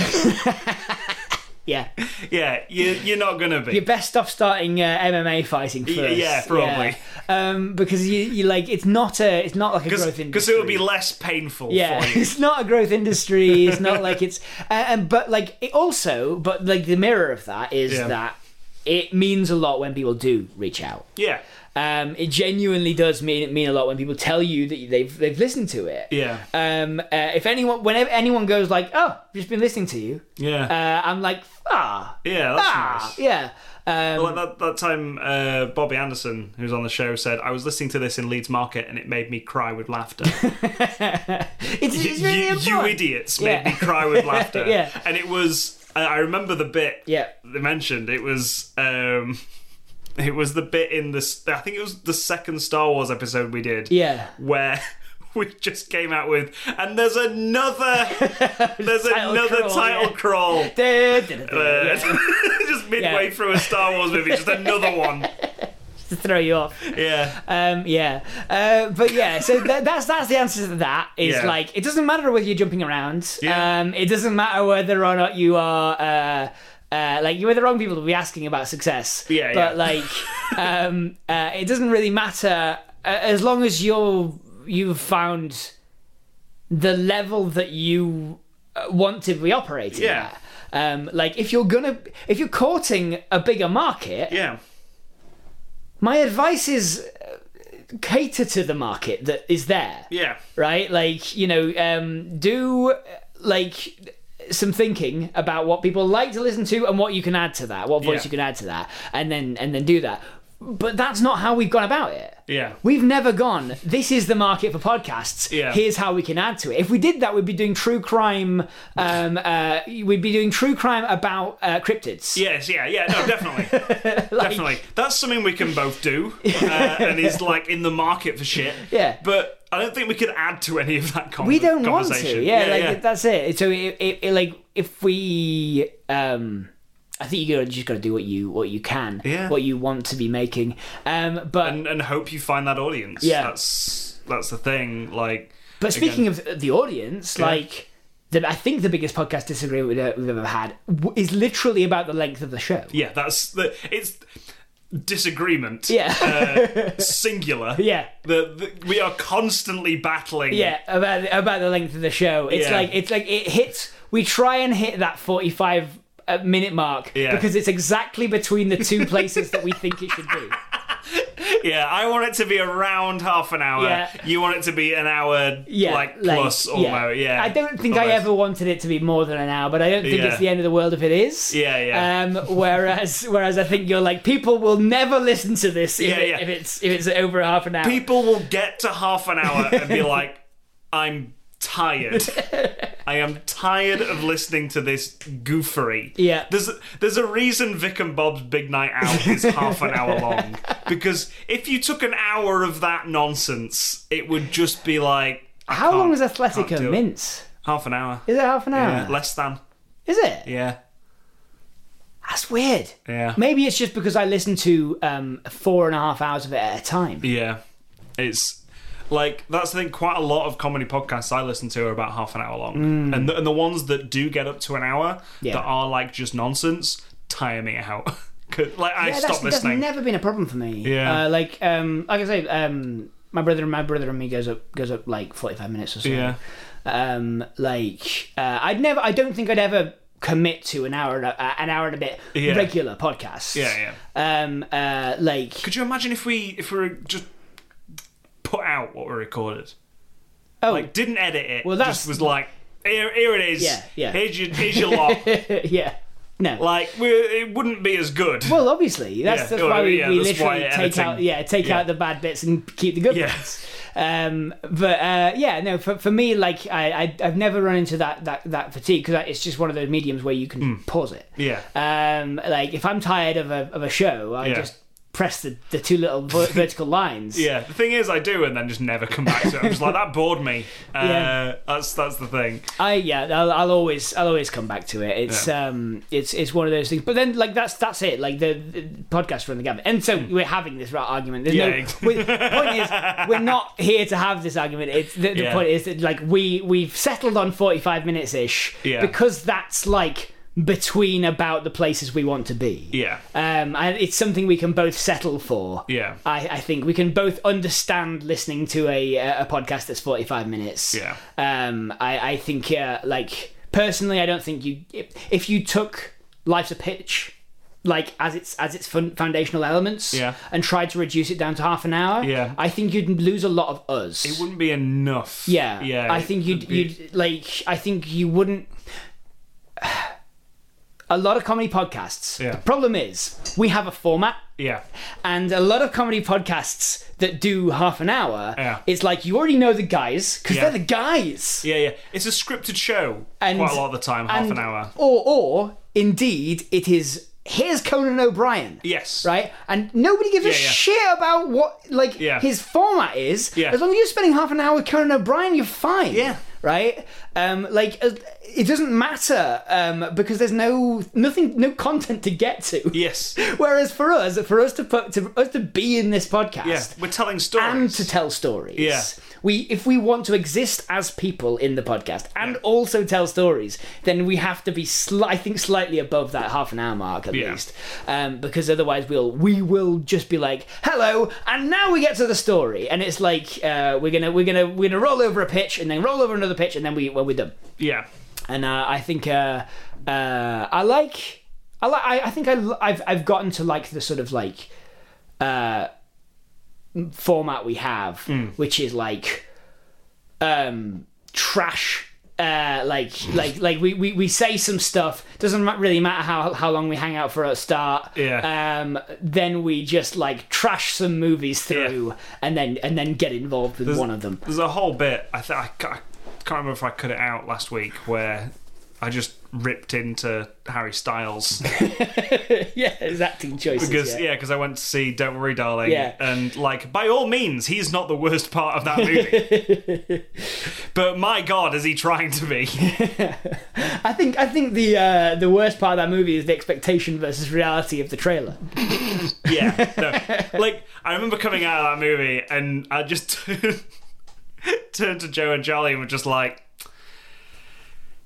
Speaker 1: Yeah,
Speaker 2: yeah, you you're not gonna be.
Speaker 1: you're best off starting uh, MMA fighting first.
Speaker 2: yeah, probably.
Speaker 1: Yeah. Um, because you you like it's not a it's not like a growth industry
Speaker 2: Because it will be less painful
Speaker 1: Yeah,
Speaker 2: for
Speaker 1: *laughs*
Speaker 2: you.
Speaker 1: it's not a growth industry. It's not like
Speaker 2: *laughs*
Speaker 1: it's uh, and but like it also but like the mirror of that is
Speaker 2: Yeah.
Speaker 1: that it means a lot when people do reach out.
Speaker 2: Yeah.
Speaker 1: Um, it genuinely does mean mean a lot when people tell you that they've they've listened to it.
Speaker 2: Yeah.
Speaker 1: Um, uh, if anyone, whenever anyone goes like, "Oh, I've just been listening to you," uh,
Speaker 2: Yeah.
Speaker 1: I'm like, "Ah,
Speaker 2: yeah, that's
Speaker 1: ah,
Speaker 2: nice.
Speaker 1: yeah." Um,
Speaker 2: Like that, that time uh, Bobby Anderson, who's on the show, said, I was listening to this in Leeds Market and it made me cry with laughter.
Speaker 1: *laughs* it's, it's really
Speaker 2: you, you
Speaker 1: important.
Speaker 2: idiots
Speaker 1: Yeah.
Speaker 2: made me
Speaker 1: *laughs*
Speaker 2: cry with laughter.
Speaker 1: Yeah.
Speaker 2: And it was, I- I remember the bit
Speaker 1: Yeah.
Speaker 2: they mentioned. It was, um, it was the bit in this, I think it was the second Star Wars episode we did. *laughs*
Speaker 1: Yeah. *laughs*
Speaker 2: Where. We just came out with, and there's
Speaker 1: *laughs*
Speaker 2: another, there's
Speaker 1: Title
Speaker 2: another
Speaker 1: crawl,
Speaker 2: title
Speaker 1: yeah.
Speaker 2: crawl.
Speaker 1: *laughs* Da, da, da, da.
Speaker 2: Uh, *laughs* just midway
Speaker 1: Yeah.
Speaker 2: through a Star Wars movie, just another one.
Speaker 1: to throw you off.
Speaker 2: Yeah.
Speaker 1: Um, *laughs* yeah, uh, but yeah. So tha that's that's the answer to that. Is
Speaker 2: Yeah.
Speaker 1: like it doesn't matter whether you're jumping around.
Speaker 2: Yeah.
Speaker 1: Um, it doesn't matter whether or not you are. Uh, uh, like you were the wrong people to be asking about success.
Speaker 2: Yeah,
Speaker 1: But
Speaker 2: yeah. *laughs*
Speaker 1: like, um, uh, it doesn't really matter uh, as long as you're you've found the level that you uh, want to be operating
Speaker 2: Yeah.
Speaker 1: at. Um, like if you're gonna if you're courting a bigger market,
Speaker 2: Yeah.
Speaker 1: my advice is uh, cater to the market that is there
Speaker 2: Yeah.
Speaker 1: right like you know um, do uh, like some thinking about what people like to listen to and what you can add to that what voice
Speaker 2: Yeah.
Speaker 1: you can add to that and then and then do that but that's not how we've gone about it
Speaker 2: Yeah.
Speaker 1: We've never gone, this is the market for podcasts.
Speaker 2: Yeah.
Speaker 1: Here's how we can add to it. If we did that, we'd be doing true crime. Um, uh, we'd be doing true crime about uh, cryptids.
Speaker 2: Yes, yeah, yeah, no,
Speaker 1: *laughs*
Speaker 2: definitely. definitely. That's something we can both do uh, and is like in the market for shit.
Speaker 1: Yeah.
Speaker 2: But I don't think we could add to any of that con-
Speaker 1: we don't want to.
Speaker 2: conversation.
Speaker 1: Yeah, like
Speaker 2: yeah.
Speaker 1: that's it. So it, it, it like if we um I think you gotta, just got to do what you what you can,
Speaker 2: Yeah.
Speaker 1: what you want to be making. Um, but
Speaker 2: and, and hope you find that audience.
Speaker 1: Yeah.
Speaker 2: That's that's the thing. Like
Speaker 1: but speaking of the audience,
Speaker 2: Yeah.
Speaker 1: like the, I think the biggest podcast disagreement we've, we've ever had w- is literally about the length of the show.
Speaker 2: Yeah, that's the it's disagreement.
Speaker 1: Yeah. *laughs*
Speaker 2: Uh, singular.
Speaker 1: Yeah.
Speaker 2: The, the we are constantly battling
Speaker 1: Yeah, about the, about the length of the show. It's
Speaker 2: Yeah.
Speaker 1: like it's like it hits. We try and hit that forty-five uh, minute mark
Speaker 2: Yeah.
Speaker 1: because it's exactly between the two places that we think it should be.
Speaker 2: Yeah, I want it to be around half an hour.
Speaker 1: Yeah.
Speaker 2: You want it to be an hour,
Speaker 1: yeah,
Speaker 2: like, plus almost. Yeah.
Speaker 1: I don't think I
Speaker 2: Almost.
Speaker 1: ever wanted it to be more than an hour, but I don't think
Speaker 2: Yeah.
Speaker 1: it's the end of the world if it is.
Speaker 2: Yeah, yeah.
Speaker 1: Um,
Speaker 2: *laughs*
Speaker 1: whereas, whereas I think you're like people will never listen to this if,
Speaker 2: Yeah,
Speaker 1: it-
Speaker 2: yeah.
Speaker 1: if it's if it's over half an hour.
Speaker 2: People will get to half an hour
Speaker 1: *laughs*
Speaker 2: and be like, "I'm tired. I am tired of listening to this goofery."
Speaker 1: Yeah.
Speaker 2: There's a, there's a reason Vic and Bob's Big Night Out is half an hour
Speaker 1: *laughs*
Speaker 2: long because if you took an hour of that nonsense, it would just be like. I
Speaker 1: How long is
Speaker 2: can't-
Speaker 1: Athletica
Speaker 2: can't do it.
Speaker 1: Mince?
Speaker 2: Half an hour.
Speaker 1: Is it half an hour?
Speaker 2: Yeah, less than.
Speaker 1: is it?
Speaker 2: Yeah.
Speaker 1: That's weird.
Speaker 2: Yeah.
Speaker 1: Maybe it's just because I listen to um, four and a half hours of it at a time.
Speaker 2: Yeah. It's like that's the thing. Quite a lot of comedy podcasts I listen to are about half an hour long, and the, and the ones that do get up to an hour
Speaker 1: Mm. Yeah.
Speaker 2: that are like just nonsense tire me out. *laughs* 'Cause, like I
Speaker 1: Yeah,
Speaker 2: stop
Speaker 1: that's, that's
Speaker 2: listening.
Speaker 1: never been a problem for me.
Speaker 2: Yeah.
Speaker 1: Uh, like um, like I say, um, my brother and my brother and me goes up goes up like forty five minutes or so.
Speaker 2: Yeah.
Speaker 1: Um, like uh, I'd never, I don't think I'd ever commit to an hour and a, uh, an hour and a bit
Speaker 2: Yeah.
Speaker 1: regular podcast.
Speaker 2: Yeah,
Speaker 1: yeah. Um, uh, like
Speaker 2: Could you imagine if we if we were just put out what we recorded,
Speaker 1: oh
Speaker 2: like didn't edit it?
Speaker 1: Well,
Speaker 2: just
Speaker 1: that's-
Speaker 2: was like here, here it is.
Speaker 1: Yeah, yeah.
Speaker 2: Here's your here's your
Speaker 1: *laughs*
Speaker 2: lot.
Speaker 1: yeah, no.
Speaker 2: like we it wouldn't be as good.
Speaker 1: well, obviously, that's,
Speaker 2: Yeah,
Speaker 1: that's
Speaker 2: well,
Speaker 1: why we,
Speaker 2: yeah,
Speaker 1: we
Speaker 2: that's
Speaker 1: literally
Speaker 2: why
Speaker 1: take
Speaker 2: editing-
Speaker 1: out yeah take
Speaker 2: yeah.
Speaker 1: out the bad bits and keep the good
Speaker 2: *laughs* Yeah.
Speaker 1: ones. Um, but uh, yeah, no, for, for me, like I, I I've never run into that that, that fatigue because it's just one of those mediums where you can pause it.
Speaker 2: Mm. yeah.
Speaker 1: Um, like if I'm tired of a of a show, I
Speaker 2: Yeah.
Speaker 1: just press the, the two little ver- *laughs* vertical lines.
Speaker 2: *laughs* Yeah, the thing is, I do, and then just never come back to it. I'm just like that bored me. Uh,
Speaker 1: *laughs* Yeah.
Speaker 2: That's that's the thing.
Speaker 1: I yeah, I'll, I'll always I'll always come back to it. It's um, it's it's one of those things. But then like that's that's it. Like the, the podcast run the gamut, and so we're having this right argument. There's
Speaker 2: Yeah,
Speaker 1: no,
Speaker 2: ex-
Speaker 1: *laughs* we, point is we're not here to have this argument. It's the, the
Speaker 2: Yeah.
Speaker 1: point is that like we we've settled on forty five minutes ish
Speaker 2: Yeah.
Speaker 1: because that's like between about the places we want to be.
Speaker 2: Yeah,
Speaker 1: Um, and it's something we can both settle for.
Speaker 2: yeah,
Speaker 1: I, I think we can both understand listening to a a podcast that's 45 minutes.
Speaker 2: Yeah.
Speaker 1: Um, I, I think, uh, like, personally, I don't think you. If, if you took Life's a Pitch, like as its as its fun, foundational elements
Speaker 2: Yeah.
Speaker 1: and tried to reduce it down to half an hour
Speaker 2: Yeah.
Speaker 1: i think you'd lose a lot of us
Speaker 2: It wouldn't be enough.
Speaker 1: yeah
Speaker 2: yeah.
Speaker 1: i
Speaker 2: it
Speaker 1: think
Speaker 2: would
Speaker 1: you'd
Speaker 2: be-
Speaker 1: you'd like i think you wouldn't *sighs* a lot of comedy podcasts
Speaker 2: Yeah.
Speaker 1: the problem is we have a format
Speaker 2: yeah,
Speaker 1: and a lot of comedy podcasts that do half an hour
Speaker 2: Yeah.
Speaker 1: it's like you already know the guys because
Speaker 2: Yeah.
Speaker 1: they're the guys
Speaker 2: yeah, yeah. It's a scripted show.
Speaker 1: And-
Speaker 2: quite a lot of the time, half
Speaker 1: And-
Speaker 2: an hour.
Speaker 1: or or indeed it is here's conan o'brien
Speaker 2: Yes.
Speaker 1: right? And nobody gives a
Speaker 2: yeah.
Speaker 1: shit about what like
Speaker 2: Yeah.
Speaker 1: his format is.
Speaker 2: Yeah.
Speaker 1: As long as you're spending half an hour with Conan O'Brien, you're fine.
Speaker 2: Yeah.
Speaker 1: Right? Um, like uh, it doesn't matter um, because there's no nothing, no content to get to.
Speaker 2: Yes.
Speaker 1: *laughs* Whereas for us, for us to put to us to be in this podcast *laughs*
Speaker 2: Yeah. We're telling stories.
Speaker 1: and to tell stories.
Speaker 2: Yeah.
Speaker 1: We if we want to exist as people in the podcast and
Speaker 2: Yeah.
Speaker 1: also tell stories, then we have to be sli- I think slightly above that half an hour mark at
Speaker 2: Yeah.
Speaker 1: least. Um, because otherwise we'll we will just be like, "Hello, and now we get to the story." And it's like uh, we're going to we're going to we're going to roll over a pitch and then roll over another pitch and then we well, we're done.
Speaker 2: yeah.
Speaker 1: And uh, I think uh, uh, I like I like I, I think I l- I've I've gotten to like the sort of like uh, format we have,
Speaker 2: Hmm.
Speaker 1: which is like um, trash. Uh,
Speaker 2: *laughs*
Speaker 1: like like like we, we, we say some stuff doesn't ma- really matter how how long we hang out for a start
Speaker 2: Yeah.
Speaker 1: um then we just like trash some movies through and then and then get involved with one of them *laughs*
Speaker 2: There's a whole bit. I think I ca- I can't remember if I cut it out last week where I just ripped into Harry Styles
Speaker 1: yeah his acting choices
Speaker 2: because
Speaker 1: yeah.
Speaker 2: yeah, because I went to see Don't Worry, Darling,
Speaker 1: Yeah.
Speaker 2: and like by all means, he's not the worst part of that movie. but my God, is he trying to be?
Speaker 1: I think I think the uh, the worst part of that movie is the expectation versus reality of the trailer.
Speaker 2: Yeah. *laughs* No. like, I remember coming out of that movie and I just *laughs* turned, turned to Joe and Charlie and were just like,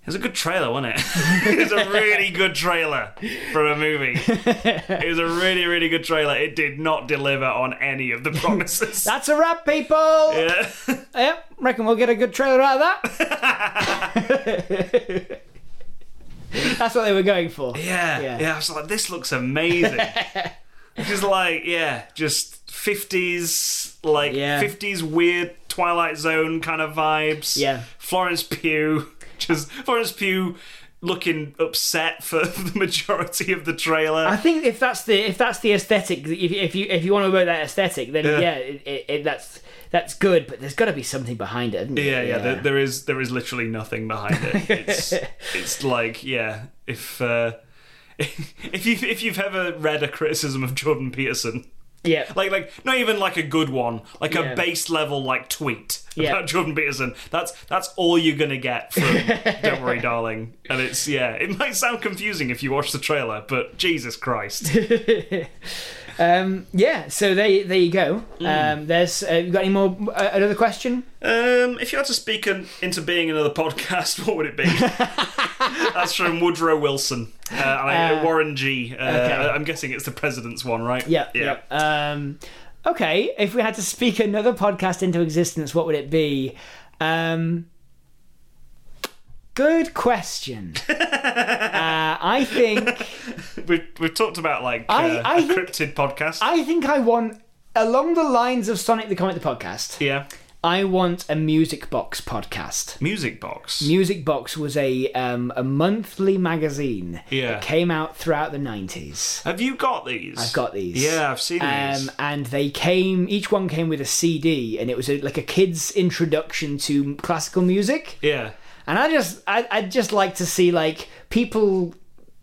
Speaker 2: it was a good trailer, wasn't it? *laughs* it was a really good trailer for a movie. It was a really, really good trailer. It did not deliver on any of the promises.
Speaker 1: That's a wrap, people.
Speaker 2: Yeah. *laughs*
Speaker 1: Yep, reckon we'll get a good trailer out of that.
Speaker 2: *laughs*
Speaker 1: That's what they were going for.
Speaker 2: yeah,
Speaker 1: Yeah.
Speaker 2: yeah, I was like, this
Speaker 1: *laughs*
Speaker 2: looks amazing. just like, yeah, just fifties, like
Speaker 1: Yeah.
Speaker 2: fifties weird Twilight Zone kind of vibes.
Speaker 1: Yeah.
Speaker 2: Florence Pugh, *laughs* just Florence Pugh looking upset for *laughs* the majority of the trailer.
Speaker 1: I think if that's the if that's the aesthetic, if, if you if you want to about that aesthetic, then yeah,
Speaker 2: Yeah.
Speaker 1: it, it, it, that's that's good. But there's got to be something behind it. hasn't there?
Speaker 2: yeah, yeah. There, there is there is literally nothing behind it.
Speaker 1: *laughs*
Speaker 2: It's it's like yeah, if uh, *laughs* if you if you've ever read a criticism of Jordan Peterson,
Speaker 1: yeah.
Speaker 2: *laughs* like like not even like a good one like
Speaker 1: Yeah.
Speaker 2: a base level like tweet
Speaker 1: Yeah.
Speaker 2: about *laughs* jordan peterson that's that's all you're gonna
Speaker 1: *laughs*
Speaker 2: get from don't worry darling and it's yeah it might sound confusing if you watch the trailer but jesus christ
Speaker 1: *laughs* um, yeah. So there there you go.
Speaker 2: Mm.
Speaker 1: Um, there's uh, you got any more uh, another question?
Speaker 2: um if you had to speak an, into being another podcast *laughs* what would
Speaker 1: *laughs*
Speaker 2: it be that's from woodrow wilson uh, and I,
Speaker 1: Uh,
Speaker 2: warren g uh,
Speaker 1: okay.
Speaker 2: i'm guessing it's the president's one right
Speaker 1: Yeah, yeah. Um, okay, if we had to speak another podcast into existence, what would it be? Um, good question. uh, I think
Speaker 2: *laughs* We've, we've talked about like
Speaker 1: I-
Speaker 2: uh,
Speaker 1: I
Speaker 2: a
Speaker 1: think-
Speaker 2: cryptid podcast
Speaker 1: I think I want along the lines of Sonic the Comic the podcast.
Speaker 2: yeah
Speaker 1: I want a music box podcast.
Speaker 2: music box
Speaker 1: Music Box was a um, a monthly magazine
Speaker 2: Yeah.
Speaker 1: that came out throughout the nineties.
Speaker 2: Have you got these? I've
Speaker 1: got these.
Speaker 2: Yeah, I've seen these.
Speaker 1: Um, and they came. Each one came with a CD, and it was a, like a kid's introduction to classical music.
Speaker 2: yeah,
Speaker 1: And I just, I, I just like to see like people,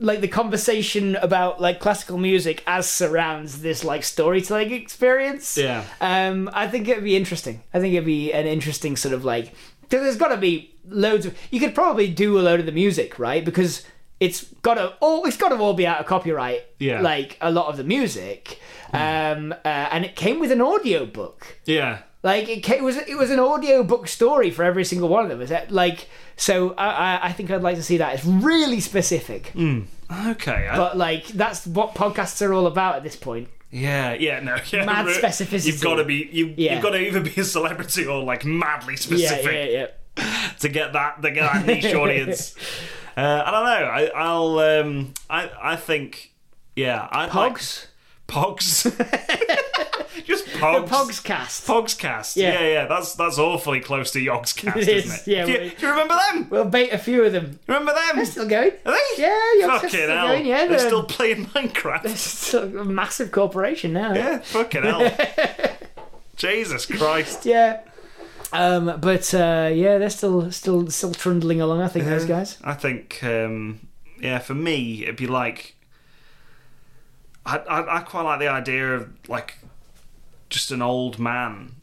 Speaker 1: like the conversation about like classical music as surrounds this like storytelling experience.
Speaker 2: Yeah.
Speaker 1: Um, I think it'd be interesting. I think it'd be an interesting sort of like because there's got to be loads of. You could probably do a load of the music, right? Because it's got to all. It's got to all be out of copyright.
Speaker 2: Yeah. Hmm.
Speaker 1: Like a lot of the music, um, uh, and it came with an audio book.
Speaker 2: yeah,
Speaker 1: Like it, ca- it was it was an audiobook story for every single one of them. Is that like so? I, I I think I'd like to see that. It's really specific,
Speaker 2: Mm. okay. I,
Speaker 1: but like that's what podcasts are all about at this point.
Speaker 2: yeah, yeah, no, *laughs* yeah,
Speaker 1: Mad
Speaker 2: re-
Speaker 1: specificity.
Speaker 2: You've got to be, you,
Speaker 1: Yeah.
Speaker 2: you've got to either be a celebrity or like madly
Speaker 1: Yeah,
Speaker 2: specific
Speaker 1: yeah, yeah.
Speaker 2: to get that,
Speaker 1: *laughs*
Speaker 2: to get that niche audience. Uh, I don't know. I, I'll, um, I, I think, Yeah, I'd like- *laughs*
Speaker 1: Pogs?
Speaker 2: pogs, *laughs* just pogs.
Speaker 1: Pogs cast.
Speaker 2: Pogscast.
Speaker 1: Yeah.
Speaker 2: Yeah. yeah, That's that's awfully close to Yogscast,
Speaker 1: It
Speaker 2: is,
Speaker 1: is,
Speaker 2: isn't it?
Speaker 1: yeah,
Speaker 2: Do you,
Speaker 1: well-
Speaker 2: do you remember them?
Speaker 1: We'll bait a few of them.
Speaker 2: Remember them?
Speaker 1: Still
Speaker 2: *laughs*
Speaker 1: going.
Speaker 2: Are they?
Speaker 1: Yeah, Yogscast
Speaker 2: Fucking
Speaker 1: still
Speaker 2: hell.
Speaker 1: going, yeah,
Speaker 2: They're
Speaker 1: they're-
Speaker 2: still
Speaker 1: *laughs*
Speaker 2: playing Minecraft.
Speaker 1: Still a massive corporation now.
Speaker 2: *laughs* yeah,
Speaker 1: *laughs*
Speaker 2: fucking hell. Jesus Christ.
Speaker 1: Yeah. Um, but uh, yeah, they're still still still trundling along. I think those guys.
Speaker 2: I think, um, yeah, for me, it'd be like. I, I, I quite like the idea of, like, just an old man,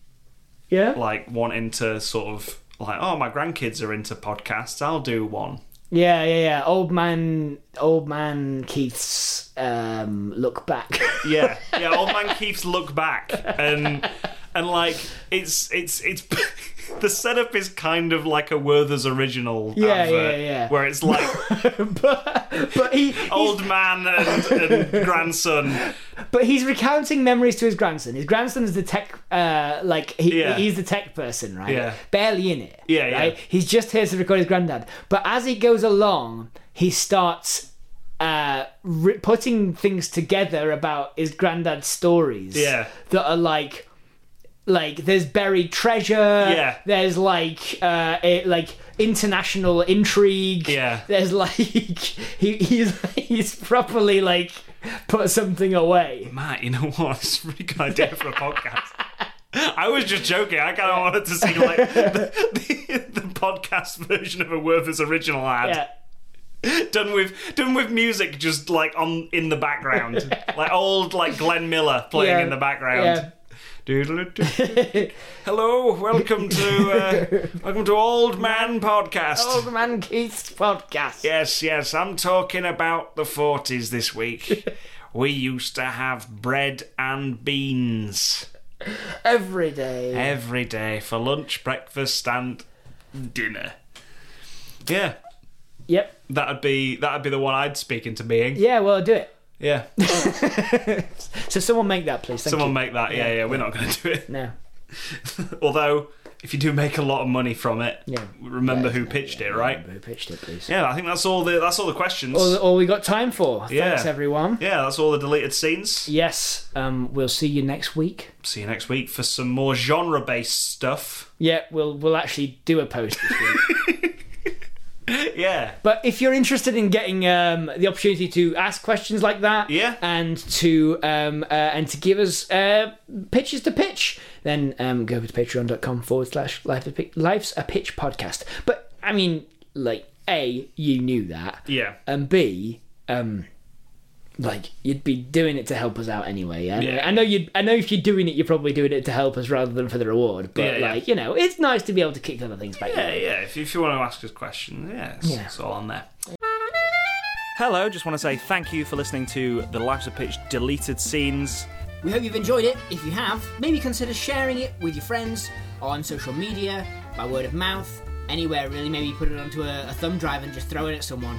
Speaker 1: Yeah.
Speaker 2: like, wanting to sort of, like, oh, my grandkids are into podcasts, I'll do one.
Speaker 1: Yeah, yeah, yeah. Old man, old man Keith's um, look
Speaker 2: *laughs*
Speaker 1: back. *laughs*
Speaker 2: Yeah, yeah. Old man Keith's look back, and and like it's it's it's *laughs* the setup is kind of like a Werther's original.
Speaker 1: Yeah,
Speaker 2: advert,
Speaker 1: yeah, yeah.
Speaker 2: Where
Speaker 1: *laughs*
Speaker 2: it's like
Speaker 1: but but he he's-
Speaker 2: old man and, and grandson.
Speaker 1: but he's recounting memories to his grandson. His grandson's the tech, uh, like he,
Speaker 2: Yeah.
Speaker 1: he's the tech person, right?
Speaker 2: Yeah.
Speaker 1: Barely in it.
Speaker 2: Yeah, yeah.
Speaker 1: right? He's just here to record his granddad. But as he goes along, he starts uh, re- putting things together about his granddad's stories.
Speaker 2: Yeah.
Speaker 1: that are like. Like there's buried treasure.
Speaker 2: Yeah.
Speaker 1: There's like uh, it, like international intrigue.
Speaker 2: Yeah.
Speaker 1: There's like *laughs* he, he's he's properly like put something away.
Speaker 2: Matt, you know what? It's a really good idea for a podcast. I was just joking. I kind of wanted to see like the, *laughs* the, the podcast version of a Werther's original ad.
Speaker 1: Yeah.
Speaker 2: *laughs* done with done with music just like on in
Speaker 1: *laughs*
Speaker 2: the background like old like glenn miller playing
Speaker 1: Yeah.
Speaker 2: in the background
Speaker 1: Yeah. *laughs*
Speaker 2: Doodle-doo. hello welcome to uh, welcome to old man podcast
Speaker 1: Old Man Keith's podcast.
Speaker 2: yes yes i'm talking about the 40s this
Speaker 1: *laughs*
Speaker 2: week we used to have bread and beans
Speaker 1: Every day.
Speaker 2: every day for lunch breakfast and dinner yeah
Speaker 1: Yep.
Speaker 2: that'd be that'd be the one i'd speak into being
Speaker 1: Yeah, well, do it. *laughs*
Speaker 2: yeah.
Speaker 1: So someone make that, please. Thank
Speaker 2: Someone
Speaker 1: you.
Speaker 2: make that. Yeah, yeah, we're not going to do it.
Speaker 1: no.
Speaker 2: *laughs* Although, if you do make a lot of money from it,
Speaker 1: Yeah.
Speaker 2: remember who pitched it, right?
Speaker 1: Who pitched it, please?
Speaker 2: Yeah, I think that's all the that's all the questions.
Speaker 1: All, all we got time for. Thanks,
Speaker 2: Yeah.
Speaker 1: everyone.
Speaker 2: yeah, that's all the deleted scenes.
Speaker 1: Yes. Um, we'll see you next week.
Speaker 2: See you next week for some more genre-based stuff. *laughs*
Speaker 1: Yeah, we'll we'll actually do a post this week.
Speaker 2: Yeah.
Speaker 1: But if you're interested in getting um, the opportunity to ask questions like that,
Speaker 2: Yeah.
Speaker 1: and to um, uh, and to give us uh, pitches to pitch, then um, go over to patreon.com forward slash life a Pi- life's a pitch podcast. But I mean, like a you knew that,
Speaker 2: Yeah.
Speaker 1: and b um, like you'd be doing it to help us out anyway. I know,
Speaker 2: Yeah.
Speaker 1: I know you. I know if you're doing it, you're probably doing it to help us rather than for the reward. But
Speaker 2: Yeah, yeah.
Speaker 1: like you know, it's nice to be able to kick other things back.
Speaker 2: Yeah, yeah. If you, if you want to ask us questions, yeah, it's,
Speaker 1: Yeah.
Speaker 2: it's all on there. Hello, just want to say thank you for listening to the Lives of Pitch deleted scenes.
Speaker 3: We hope you've enjoyed it. If you have, maybe consider sharing it with your friends on social media, by word of mouth, anywhere really. Maybe put it onto a, a thumb drive and just throw it at someone.